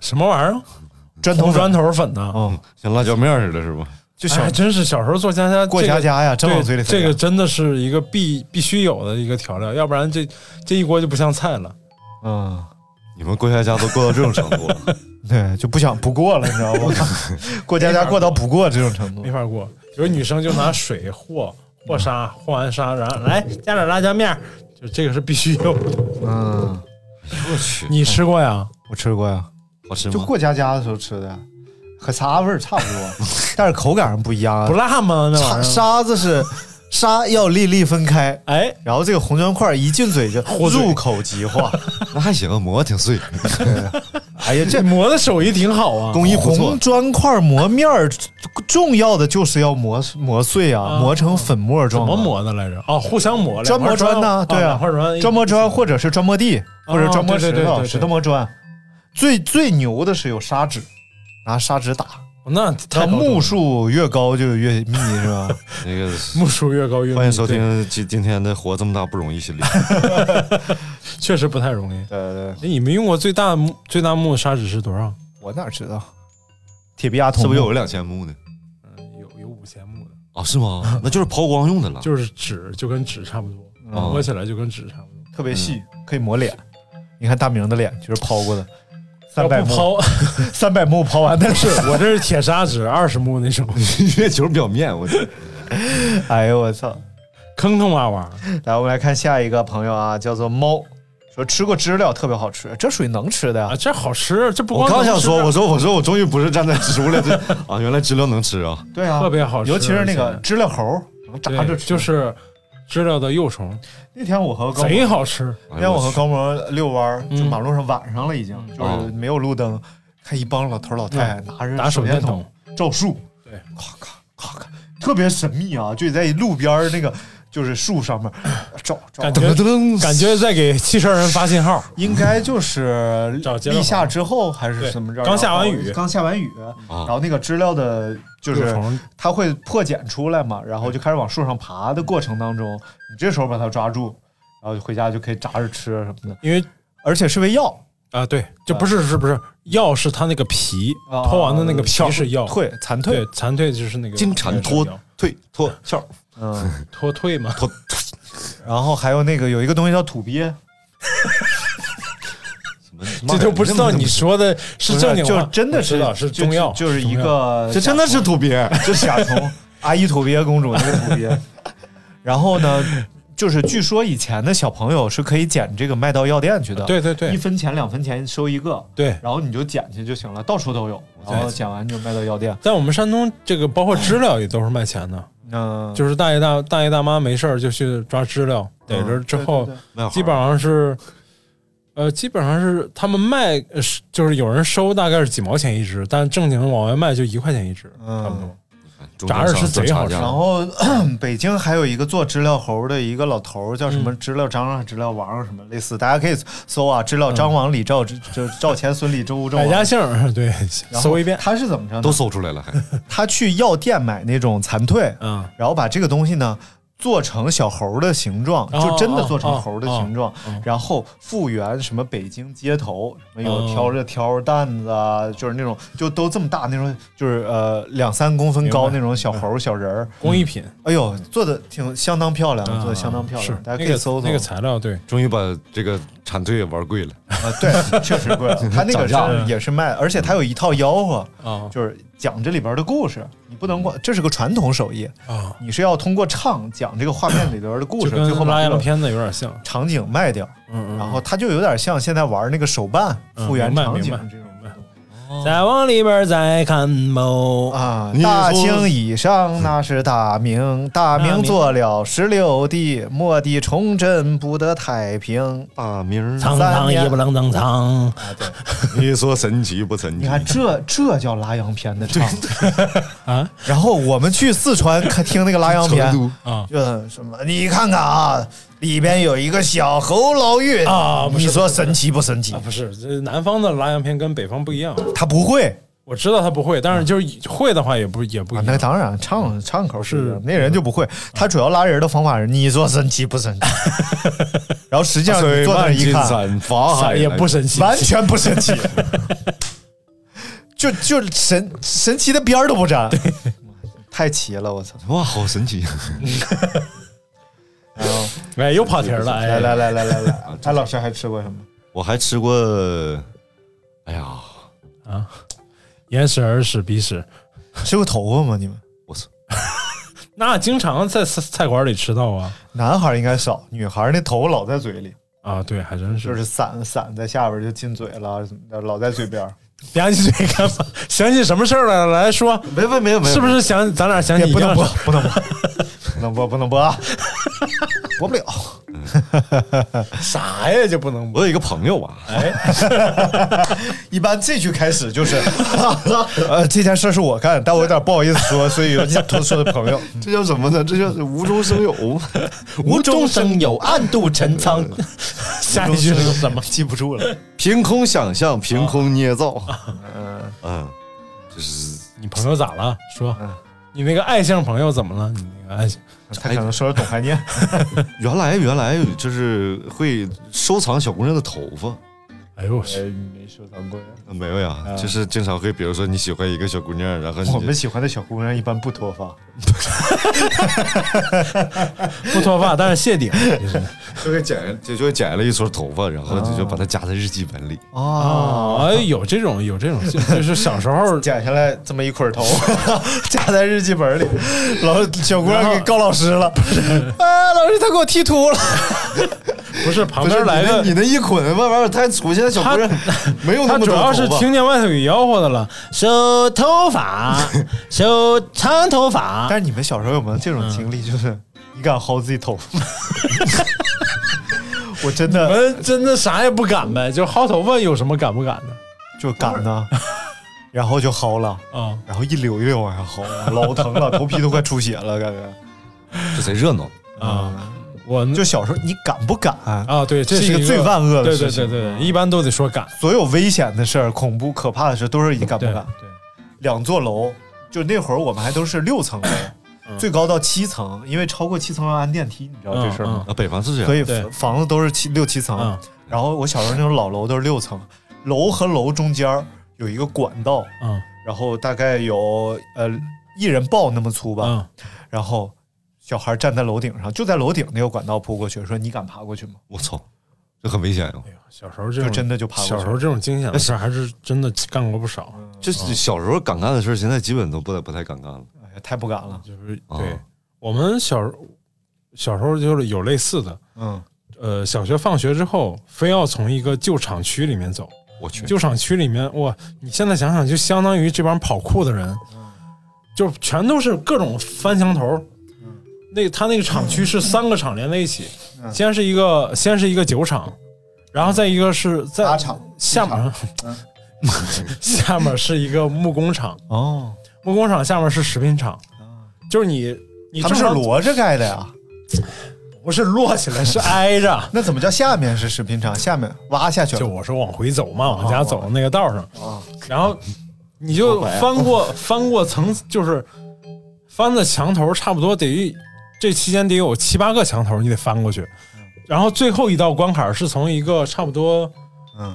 什么玩意儿？砖头红粉砖头嗯粉呢？哦，像辣椒面似的，是吧？就哎小还真是小时候做家家过这个家家呀，真往嘴里对，塞这呀个真的是一个必必须有的一个调料，要不然这这一锅就不像菜了。嗯，你们过家家都过到这种程度 了，对，就不想不过了，你知道吗？过家家过到不过这种程度没，法过。有女生就拿水和和沙，和完沙，然后来加点辣椒面儿，就这个是必须有的。嗯，我去，你吃过呀？我吃过呀，好吃就吗？过家家的时候吃的，和啥味儿差不 多，但是口感上不一样啊不。辣吗？那沙玩意儿？沙子是沙要粒粒分开，哎，然后这个红砖块一进嘴就嘴入口即 化。那还行，馍挺碎，哎呀，这这磨的手艺挺好啊。工艺不错红。砖块磨面儿，重要的就是要磨磨碎啊，啊磨成粉末怎状。么？磨的来着？哦，互相磨。砖磨砖呢？对啊块，砖，砖磨砖或者是砖磨地，或者砖磨石啊对对对对头，对石头磨砖。最最牛的是有砂纸，拿砂纸打。那它太高端目数越高就越密，是吧？ 那个，目数越高越 密欢迎收对听今今天的活这么大不容易系 列。确实不太容易。对对对，哎你们用过最大目最大目砂纸是多少？呃我哪知道？铁臂阿童是不是有两千目呢？嗯，有有五千目的，啊，是吗？ 那就是抛光用的了。哦就是纸就跟纸差不多，哦摸起来就跟纸差不多。特别细，可以磨脸。你看大明的脸就是抛 过的，三百要不目，抛，三百目抛 完的不。是我这是铁砂纸二十目那种，月球表面， 我这 哎呦我操！坑坑洼洼。来，我们来看下一个朋友啊，叫做猫，说吃过知了特别好吃，这属于能吃的呀啊，。这好吃，这不我光啊刚想能吃说，我说我说我终于不是站在植物了，这 啊，原来知了能吃啊！对啊，特别好吃尤其是那而个且知了猴，能炸对着吃。就是知了的幼虫，那天我和高贼萌，好吃。哎那呦天我和去高萌遛弯儿，就嗯马路上晚上了已经，就是哦没有路灯，看一帮老头老太太拿着嗯拿手电电筒，照树，对，咔咔咔咔，特别神秘啊，就在路边儿那个就是树上面照照感，觉感觉在给汽车人发信号。应该就是找接立龙夏之后还是对怎么着？刚下然后完雨刚下完雨，然啊，后那个知了的，就幼是虫它会破茧出来嘛，然后就开始往树上爬的过程当中，你这时候把它抓住，然后回家就可以炸着吃啊什么的，因为而且是味药，啊，对，就不是是不是药是它那个皮啊哦脱完的那个皮是药，退残退，对残退就是那个金蝉脱那个药退脱壳儿，嗯，脱退嘛，然后还有那个有一个东西叫土鳖，什么这就不知道你说的是正经就话，真的是我知道是就中药，就是一中药个这真的是土鳖，就是甲 虫，阿依土鳖公主那个土鳖。然后呢，就是据说以前的小朋友是可以捡这个卖到药店去的，对对一对分钱两分钱收一个，对。然后你就捡去就行了，到处都有。然后捡完就卖到药店。在我们山东，这个包括知了也都是卖钱的，嗯，就是大爷大大爷大妈没事儿就去抓知了，逮着之后对对对那基本上是，呃，基本上是他们卖，呃是就是有人收大概是几毛钱一只，但正经往外卖就一块钱一只，嗯差不多。炸着是贼好吃然后 嗯北京还有一个做知了猴的一个老头儿，叫什嗯么知了张啊、知了王啊什么类似，大家可以搜啊，知了张王李赵，就赵钱孙李周吴郑百王。嗯家姓儿对，然后搜一遍，他是怎么着呢？都搜出来了，还 他去药店买那种残退，嗯，然后把这个东西呢做成小猴的形状，哦就真的做成猴的形状，哦哦然后复原什么北京街头，什么哦有挑着挑担子啊，就是那种就都这么大那种，就是呃两三公分高明白那嗯种小猴小人儿。工艺品，哎呦，做的挺相当漂亮，啊嗯做的相当漂是亮，大家那可以个搜搜。那个材料，对，终于把这个蝉蜕玩贵了。啊， 对，确实贵。他那个涨价了是也是卖，而且他有一套吆喝，啊就是讲这里边的故事。你不能光，这是个传统手艺，啊，你是要通过唱讲这个画面里边的故就事，最跟后把拉这洋个片子有点像，场景卖掉，嗯嗯，然后它就有点像现在玩那个手办嗯复原明白场景明白这种。再往里边再看不。啊你，大说清以上那是大明，大大明明做了十六帝，末帝崇祯不得太平。大名儿苍苍也不啷当苍，你说神奇不神你奇？看这这叫拉洋片的唱啊！ 然后我们去四川看听那个拉洋片成啊就什么你看看啊，里边有一个小猴捞月啊不是你说神奇不神奇啊，？不是，这南方的拉洋片跟北方不一样。他不会我知道他不会，但是就是会的话也不也不啊一，那样。嗯当然唱唱口是嗯是那人就不会，他主要拉人的方法是你说神奇不神 奇？然后实际上你水坐那儿漫一金看，山，法海啊也来不神奇，完全不 神奇，就就神神奇的边儿都不沾，太奇了，我操！哇，好神奇！啊 哎，又跑题儿了，哎，哦来来来来来来，哎，老师还吃过什么？我还吃过，哎呀，眼屎耳屎鼻屎，吃过头发吗？你们我操，那经常在菜菜馆里吃到啊男孩儿应该少，女孩儿那头发老在嘴里，啊，对，还真。就是是散散在下边儿就进嘴了，怎么的，老在嘴 边儿，想起这干嘛？想起什么事儿了？来说，没没没有没有，是不是想咱俩想也起哎不能一播样事，不能播， 不能播，不能播啊，播不了。啥呀？就不能我有一个朋友啊， 一般这句开始就是，呃，这件事儿是我干，但我有点不好意思说，所以有点多说的朋友。 这叫什么呢？这叫无中 生有。无中生有，暗度陈仓。 下一句是什么？记不住了，凭空想象，凭空捏造。嗯你朋友咋了？说，嗯你那个爱姓朋友怎么了？你那个爱姓 他可能说是董怀 念，原来原来就是会收藏小姑娘的头发，哎呦我去！没收藏过。没有呀？就是经常会，比如说你喜欢一个小姑娘，然后你我们喜欢的小姑娘一般不脱发，不脱发，但是谢顶。就会剪，啊就就会剪了一撮头发，然后你就把它夹在日记本里。啊，哎，有这种有这种，就就是小时候剪下来这么一 捆头，夹在日记本里。老小姑娘给告老师了，哎，老师他给我剃秃了。不是旁不是边来你那个你那一捆，慢慢太粗，现在 小姑娘没有那他么主多要是头发听见外头有吆喝的了，修头发，修长头发。但是你们小时候有没有这种经嗯历？就是你敢薅自己头发吗？ 我真我的们真的啥也不敢呗，就薅头发有什么敢不敢的就敢呢，然后就薅了。啊？然后一绺一绺往下薅，老疼了，头皮都快出血了，感觉。这贼热闹。啊，我就小时候，你敢不敢？啊，对，这是一一个最万恶的事情对对对对，一般都得说敢，所有危险的事儿、恐怖、可怕的事，都是你敢不对敢。两座楼，就那会儿我们还都是六层楼，嗯最高到七层，因为超过七层要按电梯，你知道这事嗯儿吗？啊，北方是这样，所以对房子都是七六七层嗯。然后我小时候那种老楼都是六层，楼和楼中间儿有一个管道，嗯然后大概有呃一人抱那么粗吧。嗯，然后小孩站在楼顶上，就在楼顶那个管道扑过去，说：“你敢爬过去吗我操，这很危险呀！小时候这种就真的就怕过去小时候这种惊险的事儿还是真的干过不少，这小时候敢干的事儿，现在基本都不太不太敢干了。？”哎呀，太不敢了。就是啊对我们小时候小时候就是有类似的，嗯，呃，小学放学之后，非要从一个旧厂区里面走。我去，旧厂区里面，哇，你现在想想，就相当于这帮跑酷的人，嗯就全都是各种翻墙头。嗯那他那个厂区是三个厂连在一起，先是一个先是一个酒厂，然后再一个是在打嗯场嗯下面， 下面是一个木工厂，哦，木工厂下面是食品厂，就是你你啊他们正是常摞着盖的呀，不是摞起 来，是挨着。那怎么叫下面是食品厂？下面挖下去就我说往回走嘛，哦往家走那个道上，然后你就翻过 翻过层，就是翻的墙头，差不多得这期间得有七八个墙头，你得翻过去。然后最后一道关卡是从一个差不多，嗯，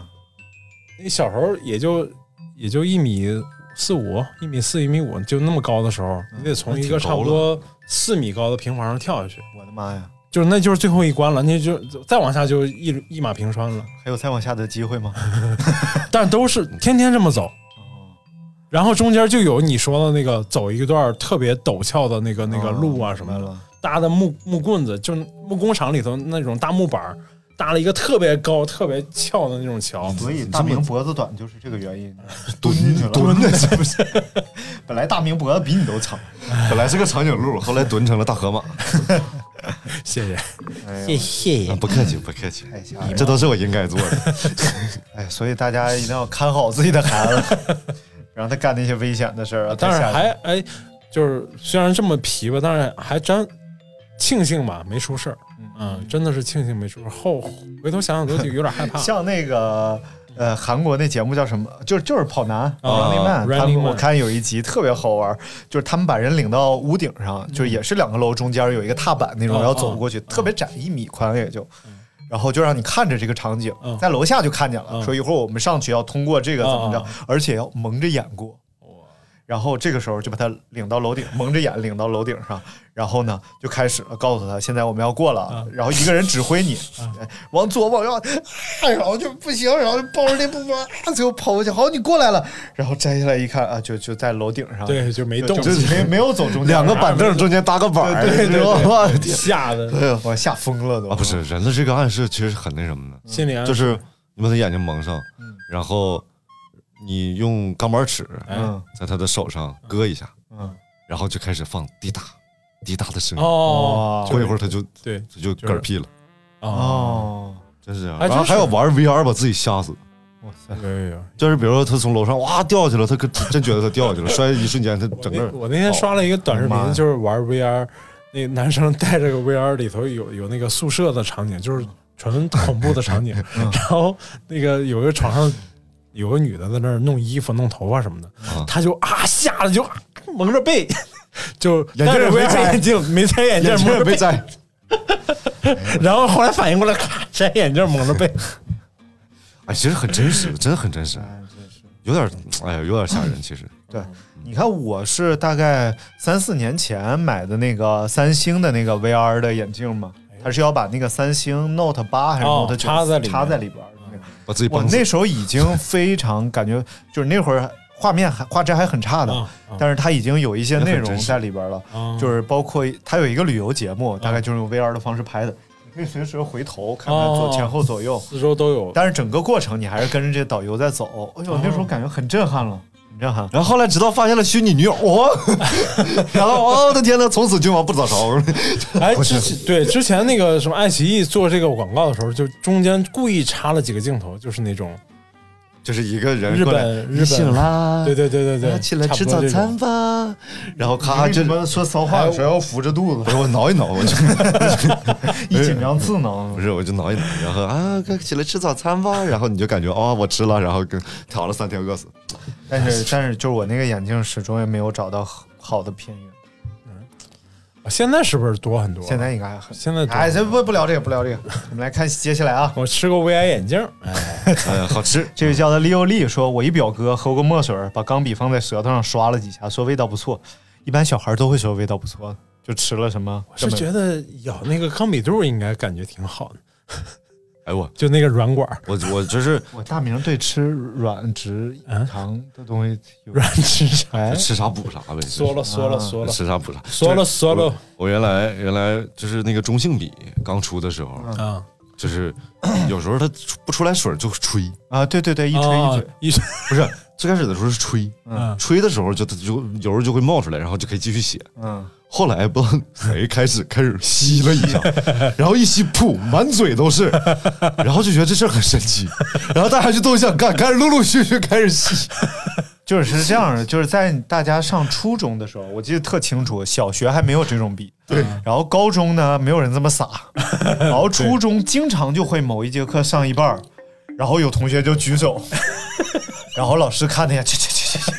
你小时候也就也就一米四五、一米四、一米五就那么高的时候，嗯你得从一个差不多四米高的平房上跳下去，我的妈呀，就是那就是最后一关了，那就再往下就一一马平川了。还有再往下的机会吗？但都是天天这么走。然后中间就有你说的那个走一段特别陡峭的那个那个路啊什么的，哦了，搭的木木棍子，就木工厂里头那种大木板儿搭了一个特别高、特别翘的那种 桥。 所以大明脖子短就是这个原 因，蹲进去了，蹲的是不是？ 本来大明脖子比你都长， 本来是个长 颈鹿，后来蹲成了大河马。谢谢。哎谢谢谢啊，不客气，不客气太吓人，这都是我应该做的。 哎，所以大家一定要看好自己的孩子， 不让他干那些危险的事儿啊。但是太吓人还哎，就是虽然这么皮吧，但是还真庆幸吧，没出事儿。嗯，真的是庆幸没出事儿。后回头想想都就有点害 怕。像那个呃韩国那节目叫什么？就是就是跑男啊 Running Man，他们 Running Man 我看有一集特别好玩，就是他们把人领到屋顶上，就是也是两个楼中间有一个踏板那种，嗯然后走过去，特别窄，一米宽也就。然后就让你看着这个场景嗯，在楼下就看见了，嗯说一会儿我们上去要通过这个怎么嗯着嗯，而且要蒙着眼过。然后这个时候就把他领到楼顶，蒙着眼领到楼顶上， 然后呢就开始了告诉他，现在我们要过了啊，然后一个人指挥你，哎往左往右， 哎，然后就不行，然后就抱着那步吧， 啊最后跑过去，好，你过来了，然后摘下来一看啊，就就在楼顶上，对，就没就，动就，就没没有走中间，两个板凳中间搭个板儿，对对对我的 天吓得我吓疯了都啊，不是人的这个暗示其实很那什么的，心里安就是你把他眼睛蒙上，然后你用钢板尺嗯在他的手上割一下，嗯，然后就开始放滴答滴答的声音，哦，过一会儿他就对他就嗝屁了，哦，哦，真是这样。啊哎然后真是还有玩 VR 把自己吓死，哇塞，有有有。就是比如说他从楼上哇掉下去了，他可真觉得他掉下去了，摔一瞬间他我整个那人哦我那天刷了一个短视妈呀频，就是玩 VR，那男生带着个 VR 里头有有那个宿舍的场景，就是纯恐怖的场景。然后那个有一个床上有个女的在那儿弄衣服、弄头发什么的，他就啊吓得就啊蒙着背，就眼镜戴着也没 VR 摘眼镜，没摘眼镜眼，睛蒙也着没背。摘，然后后来反应过来，咔摘眼镜，蒙着背。哎，其实很真实，真的很真实，有点哎呀，有点吓人，其实。对，你看我是大概三四年前买的那个三星的那个 VR 的眼镜嘛，它是要把那个三星 Note 八还是哎哦 Note 九、插在里面嗯插在里边儿的那个。把自己我绷死那时候已经非常感觉，就是那会儿画面还画质还很差的，啊啊但是它已经有一些内那很容真实在里边了，啊就是包括它有一个旅游节目，大概就是用 VR 的方式拍的，你可以随时回头看看左嗯哦前后左右，四周都有，但是整个过程你还是跟着这导游在走。哎呦，那时候感觉很震撼了，很震撼。哦然后后来直到发现了虚拟女友，我、然后哦我的天呐，从此君王不早朝。 哎，之前对之前那个什么爱奇艺做这个广告的时候，就中间故意插了几个镜头，就是那种 就是一个人日过来，本日本，啦对对对对对，起差来不吃多早这种餐。吧。然后咔，为这什么说骚话的时候要扶着肚不子，是我挠一挠，我就哎一紧张刺不挠。是我就挠一挠，然后啊，快起来吃早餐吧。然后你就感觉哦，我吃了，然后跟躺了三天饿死。哎但是但是就是我那个眼镜始终也没有找到好好的片源，啊现在是不是多很多？啊现在应该还很。现在多哎，这不不聊这个，不聊这个，我们来看接下来啊。我吃过 VR 眼镜，嗯，好吃。这位叫他利欧利说，我一表哥喝过墨水儿，把钢笔放在舌头上刷了几下，说味道不错。一般小孩都会说味道不错，就吃了什么我根是本？觉得咬那个康比度应该感觉挺好的，哎我就那个软管儿我我就是我大明对吃软质嗯糖的东西有软吃啥，哎吃啥补啥呗，缩了缩了缩了吃啥补啥，缩了缩了我原来原来就是那个中性笔刚出的时候，啊！就是有时候它出不出来水儿就吹，啊，对对对，一一吹一嘴，一吹，不是最开始的时候是吹，嗯吹的时候就它就有时候就会冒出来，然后就可以继续写。嗯，后来不知道谁开始开始吸了一下，然后一吸，噗，满嘴都是，然后就觉得这事儿很神奇，然后大家就都想干，开始陆陆续续开始吸。就是是这样的，就是在大家上初中的时候，我记得特清楚，小学还没有这种笔，对。然后高中呢，没有人这么 撒，然后初中经常就会某一节课上一半儿，然后有同学就举 手，然后老师看他一眼，去去去去去，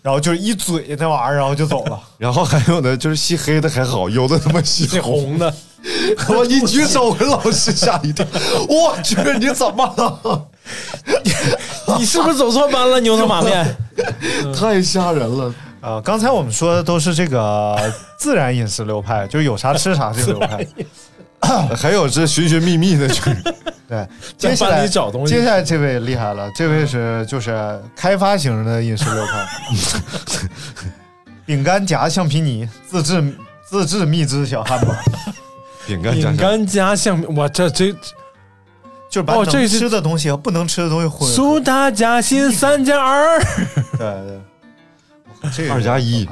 然后就是一嘴那玩意儿，然后就走了。然后还有呢，就是吸黑的还好，有的他妈吸这红，红的，我一举手给老师吓一跳，我去，你怎么了？ 你是不是走错班了？牛头马 面， 太吓人了！呃，刚才我们说的都是这个自然饮食流派，就是有啥吃啥这个流派。还有这寻寻觅觅 的，就是对，在接下班来里找东西接下来这位厉害了，这位是就是开发型的饮食流派，饼干夹橡皮泥，自制自制蜜汁小汉堡，饼干加饼上干加橡皮，哇，这这就是把哦这能是吃的东西和不能吃的东西混。苏打夹心三加二，对对，这个啊二加一，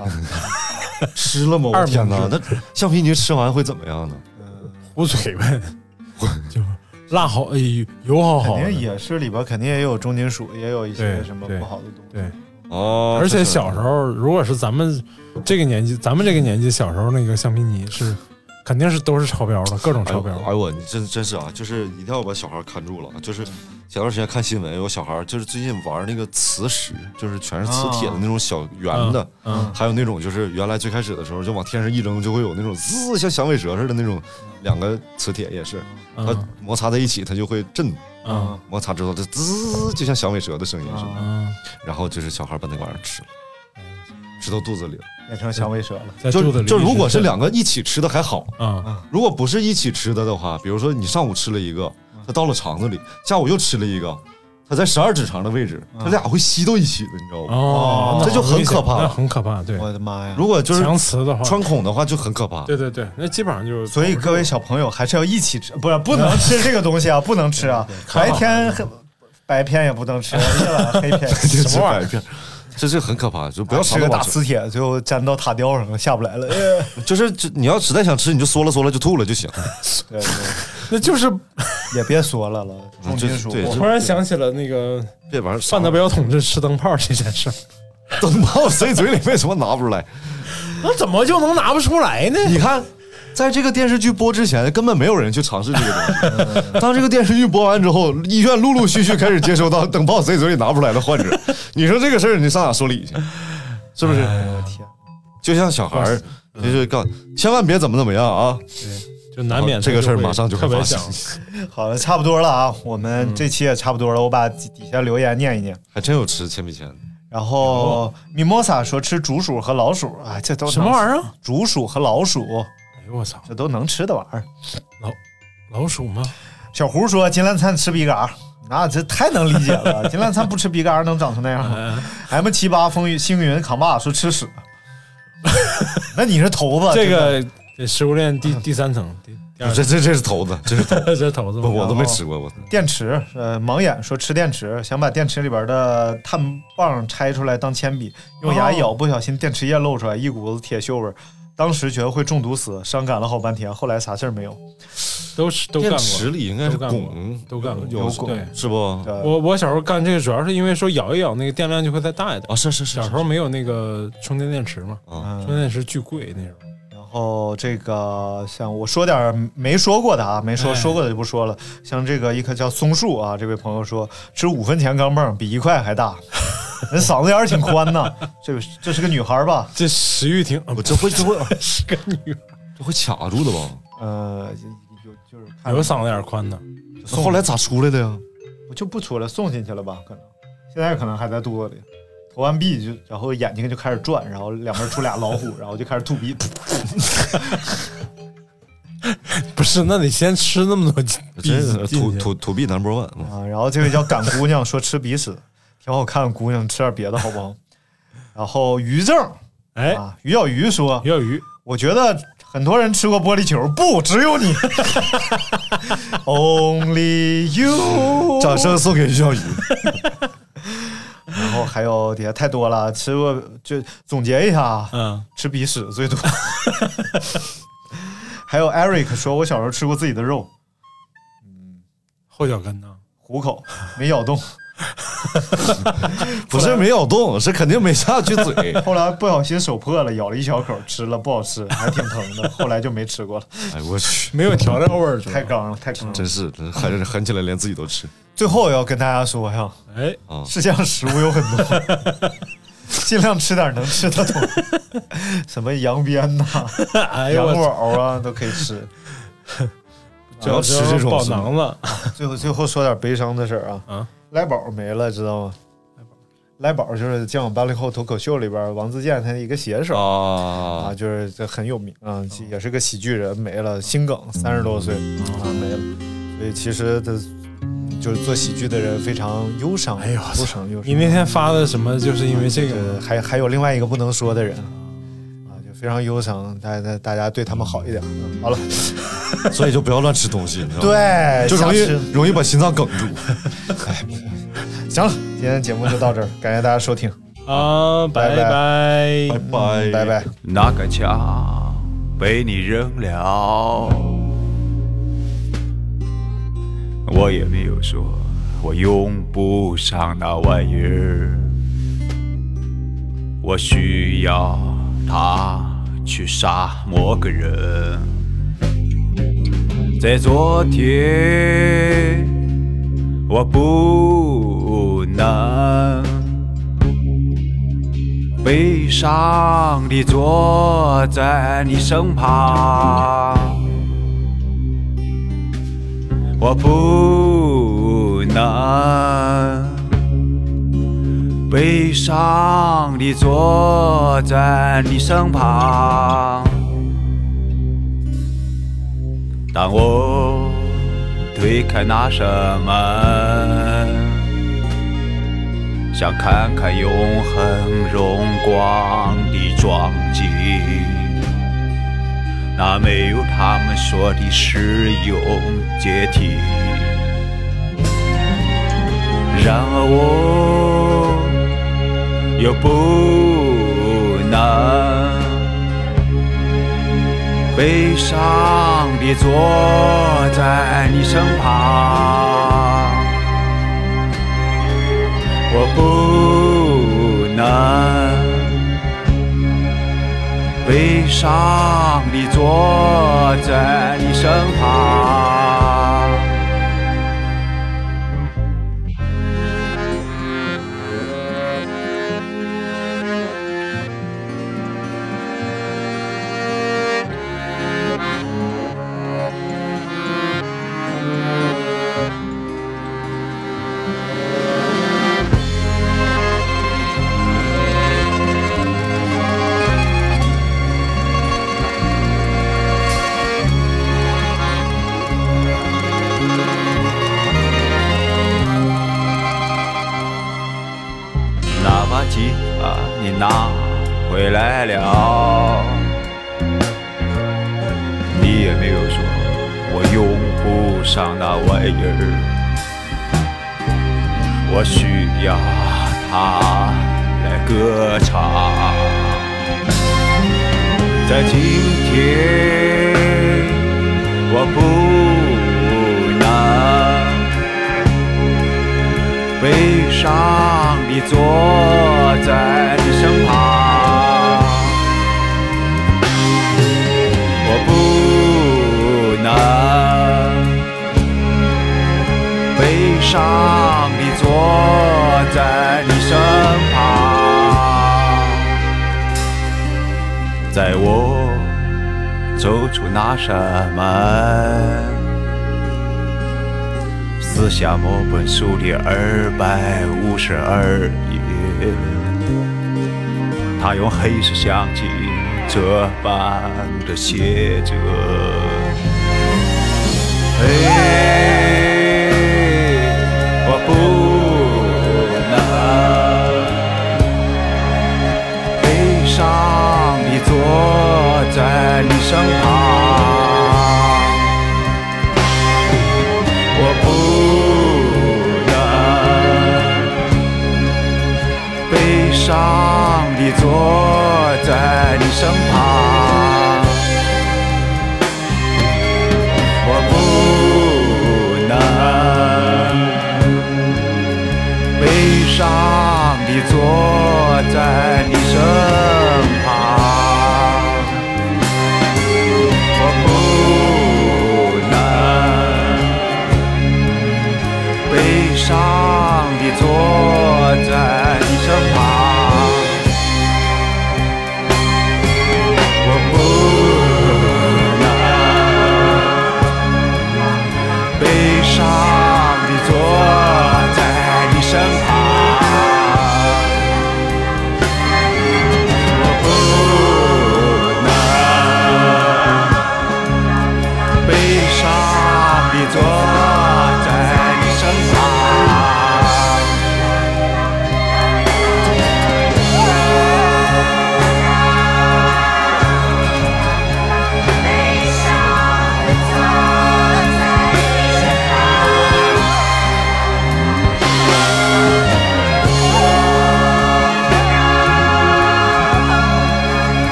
吃了吗？我二天哪明，那橡皮泥吃完会怎么样呢？糊嘴 呗，就辣好，哎呦，油好肯好的，定也是里边肯定也有重金属，也有一些对什么对不好的东西。对。哦，而且这是小时候，如果是咱们这个年纪，咱们这个年纪小时候那个橡皮泥是肯定是都是超标的，各种哎超呦标。哎呦我，你真真是啊，就是一定要把小孩看住了啊。就是前段时间看新闻，有小孩就是最近玩那个磁石，就是全是磁铁的那种小圆的，嗯，还有那种就是原来最开始的时候就往天上一扔，就会有那种滋像响尾蛇似的那种，两个磁铁也是，它嗯摩擦在一起它就会震，嗯摩擦之后它滋就像响尾蛇的声音似的，嗯，然后就是小孩把那玩意儿吃了，吃到肚子里了。变成响尾蛇了。在肚子就里就如果是一直两个一起吃的还好，震嗯如果不是一起吃的的话，比如说你上午吃了一个，啊它到了肠子里，下午又吃了一个，它在十二指肠的位置，它俩会吸到一起的，你知道吗？啊哦，这那就危很险可怕那了很可怕，对，我的妈呀！如果就是强磁的话，穿孔的话就很可怕。 对对对，那基本上就是。所以各位小朋友还是要一起吃，不是不能吃这个东西 啊，不能吃啊！白天白片也不能 吃，夜晚黑片这什是么玩意白片，这是很可怕，就不要儿？尝吃到个大饱吃。磁铁，最后粘到塔吊上了，下不来了。 哎就是这你要实在想吃，你就缩了缩了就吐了 就行。对对，那就是也别缩了了，重金属。对我突然想起了那个这玩意儿啥范 德彪同志吃灯泡这件事儿，灯泡塞嘴里为什么拿不出来？ 那怎么就能拿不出来呢？你看，在这个电视剧播之前，根本没有人去尝试这个东 西。当这个电视剧播完之后，医院陆陆续续开始接收到灯泡塞嘴里拿不出来的患 者。你说这个事儿，你上哪说理去？是不是？哎天，就像小孩儿，就是告诉你千万别怎么怎么样啊！哦就难免这个事儿马上就特会别发想生，好了，差不多了啊，我们这期也差不多了，我把底下留言念一念。 还真有吃铅笔钱的。然后米莫萨说吃竹鼠和老鼠啊，这都什么玩意意儿啊？儿？竹鼠和老鼠，哎呦我操，这都能吃的玩意儿。老鼠吗？小胡说金兰灿吃笔杆儿，那、这太能理解 了。金兰灿不吃笔杆儿能长成那样吗？M 呃七八风雨星云扛把说吃屎，那你是头啊发这个这食物链第第三层，第第二这这这是头子，嗯这 是头子，层这头子吗，哦我都没吃过。我电池，呃，盲眼说吃电池，想把电池里边的碳棒拆出来当铅笔，用哦牙咬，不小心电池液露出来，一股子铁锈味儿。当时觉得会中毒死，伤感了好半天，后来啥事儿没有。都是都干电过。池里应该是都干过汞，都干过有有汞对是不？对我我小时候干这个，主要是因为说咬一咬那个电量就会再大一点。啊，是是是，小时候没有那个充电电池嘛，啊，嗯充电电池巨贵那时候。然后这个像我说点儿没说过的啊，没说哎说过的就不说了。像这个一棵叫松树啊，这位朋友说吃五分钱钢镚比一块还大，人嗓子眼儿挺宽呐。 这个这是个女孩儿吧？这食欲挺，啊我这会这会不是个女，这会卡住的吧？呃，有就是看有嗓子眼儿宽的，那后来咋出来的呀？我就不说了，送进去了吧？可能现在可能还在肚子里。投完币就，然后眼睛就开始转，然后两边出俩老虎，然后就开始吐鼻。不是？那得先吃那么多真是鼻土土土币 number one，嗯 啊，然后这位叫赶姑娘说吃鼻屎，挺好看，姑娘吃点别的好不好？然后于正哎，啊，于小鱼说鱼，小鱼，我觉得很多人吃过玻璃球，不，只有 你，Only you。掌声送给于 小鱼。然后还有底下太多了，吃过就总结一下啊，嗯，吃鼻屎最 多。还有 Eric 说，我小时候吃过自己的肉，后脚跟呢？虎口没咬动，不是没咬动，是肯定没下去嘴。后来不小心手破了，咬了一小口，吃了不好吃，还挺疼的，后来就没吃过 了，哎我去，没有调料味儿，主要太刚了，太刚了。真是真是狠人狠起来连自己都吃最后要跟大家说呀，哎，啊！世界上食物有很多， 尽量吃点能吃的东西，什么羊鞭呐、哎呦羊我肉操，蒯啊都可以 吃。不要吃这种饱是吗囊 子，最后最后说点悲伤的事儿啊，啊赖宝没了，知道吗？赖宝就是像我们八零后脱口秀里边王自健他的一个写手啊，啊，就是这很有名啊，也是个喜剧人，没了，心梗，三十多岁啊没了，所以其实他就是做喜剧的人非常忧伤，哎呦我操忧伤忧伤。你那天发的什么？就是因为这个呃，还还有另外一个不能说的人啊，就非常忧伤，大家大家对他们好一点。嗯好了，所以就不要乱吃东西，你知道吗？对，就容想吃易容易把心脏梗住。行了，今天节目就到这儿，感谢大家收听，啊，拜拜拜拜拜拜拜。那个家被你扔了，我也没有说我用不上那玩意儿，我需要它去杀某个人。在昨天，我不能。悲伤地坐在你身旁，我不能悲伤地坐在你身旁。当我推开那扇门。想看看永恒荣光的壮景，那没有他们说的石勇阶梯。然而我又不能悲伤地坐在你身旁。我不能悲伤地坐在你身旁。那把吉他你拿回来了，你也没有说我用不上那玩意儿，我需要它来歌唱。在今天，我不能悲伤地坐在你身旁，我不能悲伤地坐在你身旁，在我走出那扇门。撕下某本书的二百五十二页，他用黑色相机这般的写着。嘿，我不能悲伤地坐在你身旁。我不能悲伤地坐在你身旁，我不能悲伤地坐在你身旁，我不能。悲伤地坐在。